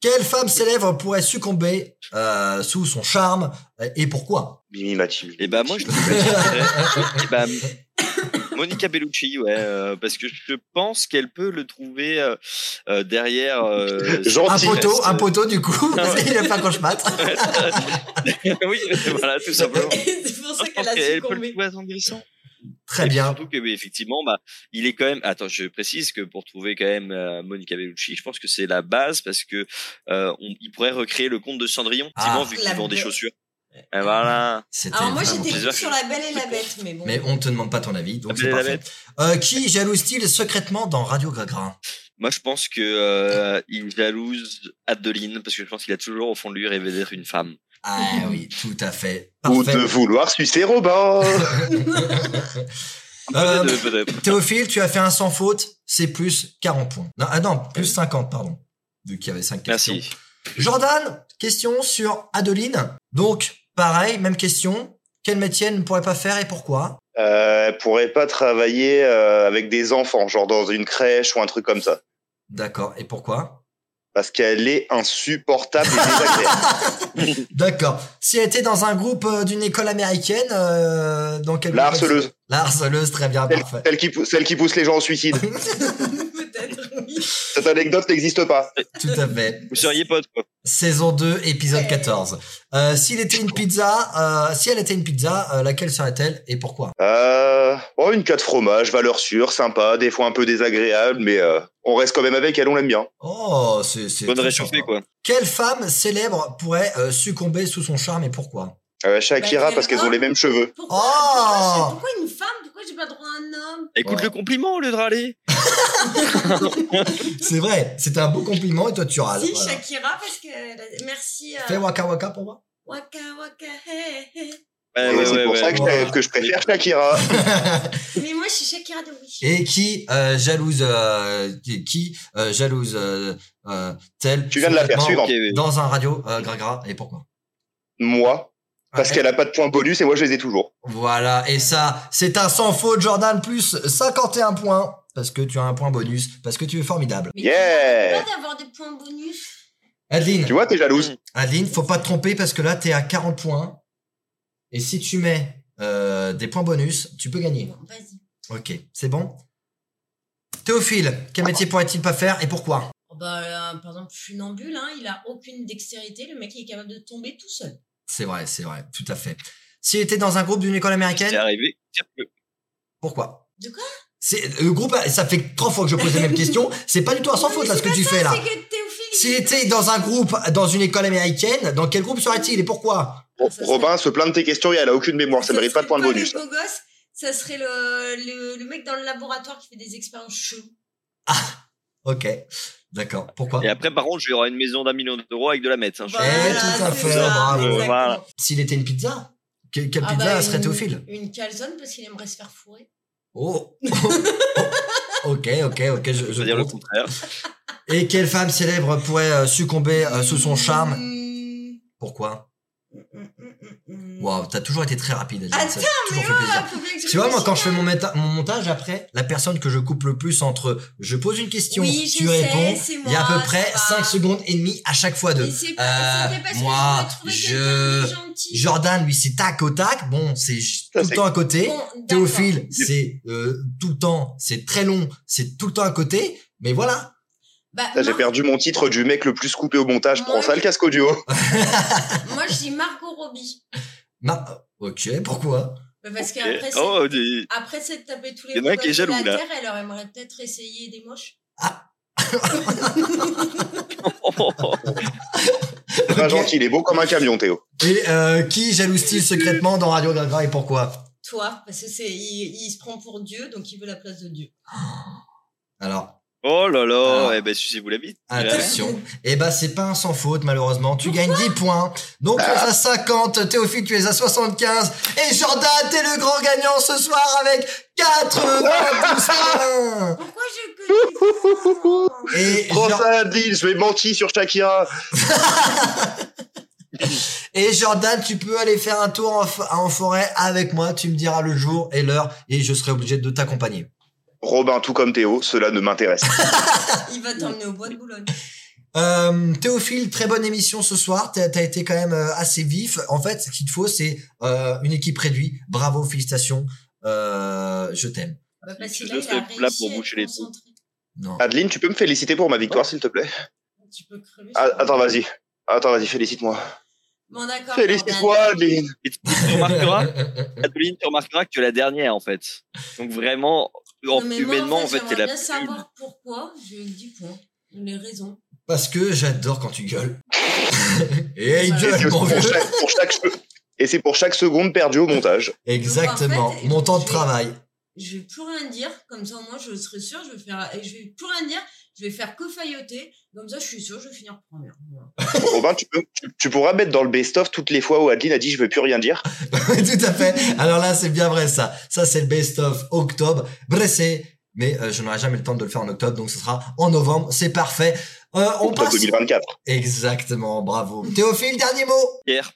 Speaker 1: quelle femme célèbre pourrait succomber euh, sous son charme euh, et pourquoi
Speaker 2: Mimi Mati.
Speaker 4: Et ben moi je et ben, Monica Bellucci ouais euh, parce que je pense qu'elle peut le trouver euh, euh, derrière euh,
Speaker 1: Un
Speaker 2: Gentil.
Speaker 1: poteau,
Speaker 4: reste-
Speaker 1: un poteau du coup, parce qu'il aime pas quand je mate.
Speaker 4: oui voilà tout simplement.
Speaker 3: c'est pour ça
Speaker 4: Je pense
Speaker 3: qu'elle a
Speaker 4: qu'elle peut le
Speaker 3: succombé.
Speaker 4: trouver attendrissant.
Speaker 1: Très
Speaker 4: Et puis
Speaker 1: bien.
Speaker 4: Surtout que oui, effectivement, bah, il est quand même. Attends, je précise que pour trouver quand même euh, Monica Bellucci, je pense que c'est la base parce que euh, on, il pourrait recréer le conte de Cendrillon,
Speaker 1: Ah.
Speaker 4: effectivement, vu
Speaker 3: La
Speaker 4: qu'il vend des
Speaker 3: belle.
Speaker 4: chaussures. Et voilà.
Speaker 1: C'était
Speaker 3: Alors moi
Speaker 1: vraiment
Speaker 3: j'étais
Speaker 1: pas-
Speaker 4: plaisir.
Speaker 3: plus sur la belle et la bête, mais bon.
Speaker 1: Mais on te demande pas ton avis, donc
Speaker 4: La
Speaker 1: c'est
Speaker 4: Belle et la
Speaker 1: parfait. Euh, qui jalouse-t-il secrètement dans Radio Gragra
Speaker 4: Moi, je pense que euh, il jalouse Adeline parce que je pense qu'il a toujours au fond de lui rêvé d'être une femme.
Speaker 1: Ah oui, tout à fait.
Speaker 2: Ou de
Speaker 1: Parfait.
Speaker 2: vouloir sucer Robin.
Speaker 1: Euh,
Speaker 4: Peut-être, peut-être.
Speaker 1: Théophile, tu as fait un sans faute, c'est plus 40 points. Non, ah non, plus 50, pardon. Vu qu'il y avait 5 questions.
Speaker 4: Merci.
Speaker 1: Jordan, question sur Adeline. Donc, pareil, même question. Quel métier elle ne pourrait pas faire et pourquoi
Speaker 2: Euh, elle pourrait pas travailler euh, avec des enfants, genre dans une crèche ou un truc comme ça.
Speaker 1: D'accord, et pourquoi
Speaker 2: Parce qu'elle est insupportable et désagréable.
Speaker 1: D'accord. Si elle était dans un groupe euh, d'une école américaine, euh, dans quel
Speaker 2: La
Speaker 1: groupe elle-
Speaker 2: harceleuse.
Speaker 1: La harceleuse, très bien, parfait.
Speaker 2: Celle qui, pou- celle qui pousse les gens au suicide.
Speaker 3: Peut-être, oui.
Speaker 2: Cette anecdote n'existe pas.
Speaker 1: Tout à fait.
Speaker 4: Vous seriez potes, quoi.
Speaker 1: Saison 2, épisode 14. Euh, S'il était une pizza, euh, si elle était une pizza, euh, laquelle serait-elle et pourquoi
Speaker 2: Euh, bon, une 4 fromage, valeur sûre, sympa, des fois un peu désagréable, mais euh, on reste quand même avec elle, on l'aime bien.
Speaker 1: Oh, c'est c'est
Speaker 4: Bonne
Speaker 1: très
Speaker 4: réchauffée,
Speaker 1: sympa.
Speaker 4: quoi.
Speaker 1: Quelle femme célèbre pourrait euh, succomber sous son charme et pourquoi
Speaker 2: Euh, Shakira,
Speaker 3: Bah, t'es
Speaker 2: parce qu'elles ont
Speaker 3: un.
Speaker 2: les mêmes cheveux.
Speaker 3: Pourquoi,
Speaker 1: Oh
Speaker 3: pourquoi, pourquoi une femme Pourquoi j'ai pas droit à un homme
Speaker 4: Écoute
Speaker 1: Ouais.
Speaker 4: le compliment, le dralé.
Speaker 1: C'est vrai, c'était un beau compliment et toi tu râles.
Speaker 3: Si,
Speaker 1: Ah, Voilà.
Speaker 3: Shakira, parce que. euh, Merci. euh,
Speaker 1: Fais waka waka pour moi.
Speaker 3: waka waka, hey, hey.
Speaker 4: Ouais,
Speaker 2: Et
Speaker 4: Eh ouais,
Speaker 2: c'est
Speaker 4: ouais,
Speaker 2: pour
Speaker 4: ouais.
Speaker 2: ça que,
Speaker 1: Ouais.
Speaker 2: je, que je préfère Shakira.
Speaker 3: Mais moi, je suis Shakira de oui.
Speaker 1: et qui euh, jalouse euh, qui- qui euh, jalouse euh, euh, telle
Speaker 2: Tu viens de la faire
Speaker 1: secrètement
Speaker 2: suivre.
Speaker 4: Ok, ouais.
Speaker 1: dans un radio euh, gragra et pourquoi
Speaker 2: Moi, parce
Speaker 1: Ouais.
Speaker 2: qu'elle a pas de points bonus et moi je les ai toujours.
Speaker 1: Voilà, et ça, c'est un sans faute, Jordan, plus 51 points, parce que tu as un point bonus, parce que tu es formidable.
Speaker 3: Mais
Speaker 2: Yeah.
Speaker 3: tu as d'avoir des points bonus.
Speaker 1: Adeline,
Speaker 2: Tu vois, t'es jalouse.
Speaker 1: Adeline, faut pas te tromper, parce que là, t'es à 40 points. Et si tu mets euh, des points bonus, tu peux gagner.
Speaker 3: Bon, vas-y.
Speaker 1: Ok, c'est bon Théophile, quel métier pourrait-il pas faire et pourquoi
Speaker 3: Oh, bah, euh, par exemple, funambule, hein, il a aucune dextérité. Le mec, il est capable de tomber tout seul.
Speaker 1: C'est vrai, c'est vrai, tout à fait. S'il était dans un groupe d'une école
Speaker 4: C'est
Speaker 1: américaine,
Speaker 4: arrivé.
Speaker 1: pourquoi
Speaker 3: De quoi
Speaker 1: C'est le groupe, ça fait trois fois que je pose les mêmes questions, c'est pas du tout un sans
Speaker 3: Ouais,
Speaker 1: faute
Speaker 3: mais
Speaker 1: là
Speaker 3: c'est
Speaker 1: ce que
Speaker 3: pas
Speaker 1: tu fais là.
Speaker 3: C'est que Théophile. il-
Speaker 1: S'il était dans un groupe, dans une école américaine, dans quel groupe serait-il et pourquoi
Speaker 2: Ro-
Speaker 3: ça, ça-
Speaker 2: Robin se plaint de tes questions et elle a aucune mémoire, ça
Speaker 3: Ça
Speaker 2: mérite pas de points
Speaker 3: serait
Speaker 2: de
Speaker 3: le
Speaker 2: bonus.
Speaker 3: beau gosse, ça serait le, le, le mec dans le laboratoire qui fait des expériences cheloues.
Speaker 1: Ok, d'accord. Pourquoi
Speaker 4: Et après, par contre, je vais avoir une maison d'un million d'euros avec de la mettre. hein, je-
Speaker 1: Voilà. Eh, tout à
Speaker 3: c'est
Speaker 1: fait,
Speaker 3: ça,
Speaker 1: bravo.
Speaker 3: exactement.
Speaker 4: Voilà.
Speaker 1: S'il était une pizza Que- Quelle
Speaker 3: Ah
Speaker 1: pizza
Speaker 3: bah,
Speaker 1: serait
Speaker 3: une-
Speaker 1: Théophile
Speaker 3: Une calzone parce qu'il aimerait se faire fourrer.
Speaker 1: Oh Ok, ok, ok, je,
Speaker 4: Je
Speaker 1: je
Speaker 4: veux dire le
Speaker 1: compte.
Speaker 4: contraire.
Speaker 3: Mm.
Speaker 1: Et quelle femme célèbre pourrait euh, succomber euh, sous son euh, charme
Speaker 3: Mmh,
Speaker 1: Pourquoi Waouh, t'as toujours été très rapide. Adjane, ça
Speaker 3: Attends,
Speaker 1: a toujours fait plaisir.
Speaker 3: Ah, faut bien que je
Speaker 1: Tu vois, moi, quand je
Speaker 3: réfléchisse.
Speaker 1: fais mon, méta- mon montage, après, la personne que je coupe le plus entre je pose une question,
Speaker 3: Oui, je
Speaker 1: tu
Speaker 3: sais,
Speaker 1: réponds,
Speaker 3: c'est
Speaker 1: il y a à
Speaker 3: moi,
Speaker 1: peu près
Speaker 3: ça va.
Speaker 1: 5 secondes et demie à chaque fois
Speaker 3: Mais
Speaker 1: de.
Speaker 3: c'est pas- c'était
Speaker 1: Euh,
Speaker 3: parce
Speaker 1: moi,
Speaker 3: que je
Speaker 1: je-
Speaker 3: me trouvais quelqu'un de gentil.
Speaker 1: Jordan, lui, c'est tac au tac. Bon, c'est j-
Speaker 2: Ça,
Speaker 1: tout
Speaker 2: c'est-
Speaker 1: le temps à côté.
Speaker 3: Bon, d'accord.
Speaker 1: Théophile, c'est euh, tout le temps, c'est très long, c'est tout le temps à côté. Mais voilà.
Speaker 3: Bah,
Speaker 2: Là, J'ai
Speaker 3: Mar-
Speaker 2: perdu mon titre du mec le plus coupé au montage. Prends ça, le casque audio.
Speaker 3: Moi, je dis Margot Robbie.
Speaker 1: Ma- Ok, pourquoi
Speaker 3: Bah, Parce
Speaker 4: Ok.
Speaker 3: qu'après, c'est-
Speaker 4: Oh, des-
Speaker 3: après s'être tapé tous les
Speaker 4: Il y en a un qui est
Speaker 3: problèmes de la
Speaker 4: jaloux, là.
Speaker 3: terre, elle aurait aimerait peut-être essayer des moches.
Speaker 2: C'est pas
Speaker 1: Ok.
Speaker 2: gentil, il est beau comme un camion, Théo.
Speaker 1: Et euh, qui jalouse-t-il secrètement dans Radio Gaga et pourquoi
Speaker 3: Toi, parce que c'est, il, il se prend pour Dieu, donc il veut la place de Dieu.
Speaker 1: Alors,
Speaker 4: Oh là là,
Speaker 1: Ah.
Speaker 4: eh ben sucez-vous la bite.
Speaker 1: attention. Eh ben, c'est pas un sans faute, malheureusement. Tu gagnes 10 points. Donc, tu es à 50. Théophile, tu es à 75. Et Jordan, t'es le grand gagnant ce soir avec 92 points.
Speaker 3: Pourquoi je connais ça
Speaker 1: Et,
Speaker 2: Prends
Speaker 1: Jor-
Speaker 2: ça, Adil, je vais mentir sur Shakira.
Speaker 1: et Jordan, tu peux aller faire un tour en, f- en forêt avec moi. Tu me diras le jour et l'heure et je serai obligé de t'accompagner.
Speaker 2: Robin, tout comme Théo, cela ne m'intéresse.
Speaker 3: Ah, Il va t'emmener au bois de Boulogne.
Speaker 1: Euh, Théophile, très bonne émission ce soir. T'as t'as été quand même euh, assez vif. En fait, ce qu'il te faut, c'est euh, une équipe réduite. Bravo, félicitations. Euh, je t'aime.
Speaker 3: Bah, parce que
Speaker 4: Je
Speaker 3: là, il
Speaker 4: serai
Speaker 3: a
Speaker 4: là
Speaker 3: réussi
Speaker 4: pour
Speaker 3: à
Speaker 4: boucher
Speaker 3: être
Speaker 4: les trous.
Speaker 3: concentré.
Speaker 1: Non.
Speaker 2: Adeline, tu peux me féliciter pour ma victoire, s'il te plaît
Speaker 3: Tu peux crever.
Speaker 2: Ah,
Speaker 3: ça.
Speaker 2: Attends, vas-y. Attends, vas-y, félicite-moi.
Speaker 3: Bon, d'accord.
Speaker 2: Félicite-moi,
Speaker 3: Jordan.
Speaker 2: Adeline.
Speaker 4: Et tu tu remarqueras, Adeline, tu remarqueras que tu es la dernière en fait. Donc vraiment,
Speaker 3: Non,
Speaker 4: en-
Speaker 3: mais moi,
Speaker 4: humainement en fait, t'es
Speaker 3: J'aimerais
Speaker 4: la
Speaker 3: bien
Speaker 4: plus nulle.
Speaker 3: savoir pourquoi je dis points. Les raisons.
Speaker 1: Parce que j'adore quand tu gueules. et il
Speaker 3: Voilà.
Speaker 2: Et c'est
Speaker 1: gueule, mon
Speaker 2: pour
Speaker 1: vieux.
Speaker 2: chaque- pour chaque che- Et c'est pour chaque seconde perdue au montage.
Speaker 1: Exactement.
Speaker 3: Donc, en fait,
Speaker 1: Mon temps de
Speaker 3: je-
Speaker 1: travail.
Speaker 3: Je vais plus rien dire, comme ça au moins je serai sûre, je vais faire, et je vais plus rien dire, je vais faire que failloter, comme ça je suis sûre, je vais finir première. Voilà.
Speaker 2: Robin, tu, peux, tu, tu pourras mettre dans le best-of toutes les fois où Adeline a dit je veux plus rien dire.
Speaker 1: Tout à fait. Alors là, c'est bien vrai ça. Ça, c'est le best-of octobre. Bressé. Mais euh, je n'aurai jamais le temps de le faire en octobre, donc ce sera en novembre. C'est parfait. Euh, on
Speaker 2: Octobre
Speaker 1: passe.
Speaker 2: 2024.
Speaker 1: Exactement, bravo. Théophile, dernier mot.
Speaker 4: Pierre,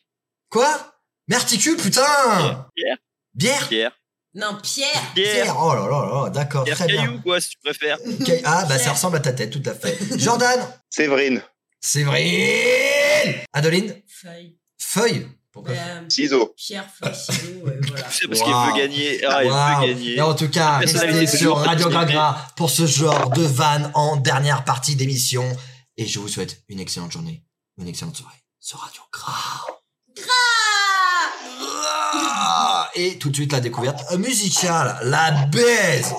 Speaker 1: Quoi Merticule, putain
Speaker 4: Bière.
Speaker 1: Bière
Speaker 4: Pierre,
Speaker 3: Non, Pierre
Speaker 4: Pierre,
Speaker 1: Pierre Oh là là là, d'accord,
Speaker 4: Pierre
Speaker 1: très bien.
Speaker 4: Caillou quoi si tu préfères.
Speaker 1: Ca- Ah bah ça
Speaker 3: Pierre.
Speaker 1: ressemble à ta tête, tout à fait. Jordan
Speaker 2: Séverine,
Speaker 1: Séverine Adeline
Speaker 3: Feuille.
Speaker 1: Feuille Pourquoi
Speaker 3: Ben,
Speaker 2: ciseaux.
Speaker 3: Pierre Feuille, ciseaux, ouais, voilà.
Speaker 4: C'est parce
Speaker 1: Waouh.
Speaker 4: qu'il veut gagner.
Speaker 1: Waouh.
Speaker 4: Ah, il veut gagner.
Speaker 1: Et en tout cas,
Speaker 4: Personnalité
Speaker 1: restez sur
Speaker 4: toujours
Speaker 1: Radio
Speaker 4: personnalité.
Speaker 1: Gragra pour ce genre de van en dernière partie d'émission. Et je vous souhaite une excellente journée, une excellente soirée sur Radio Gragra.
Speaker 3: Ah
Speaker 1: Ah Et tout de suite la découverte musicale, la baise.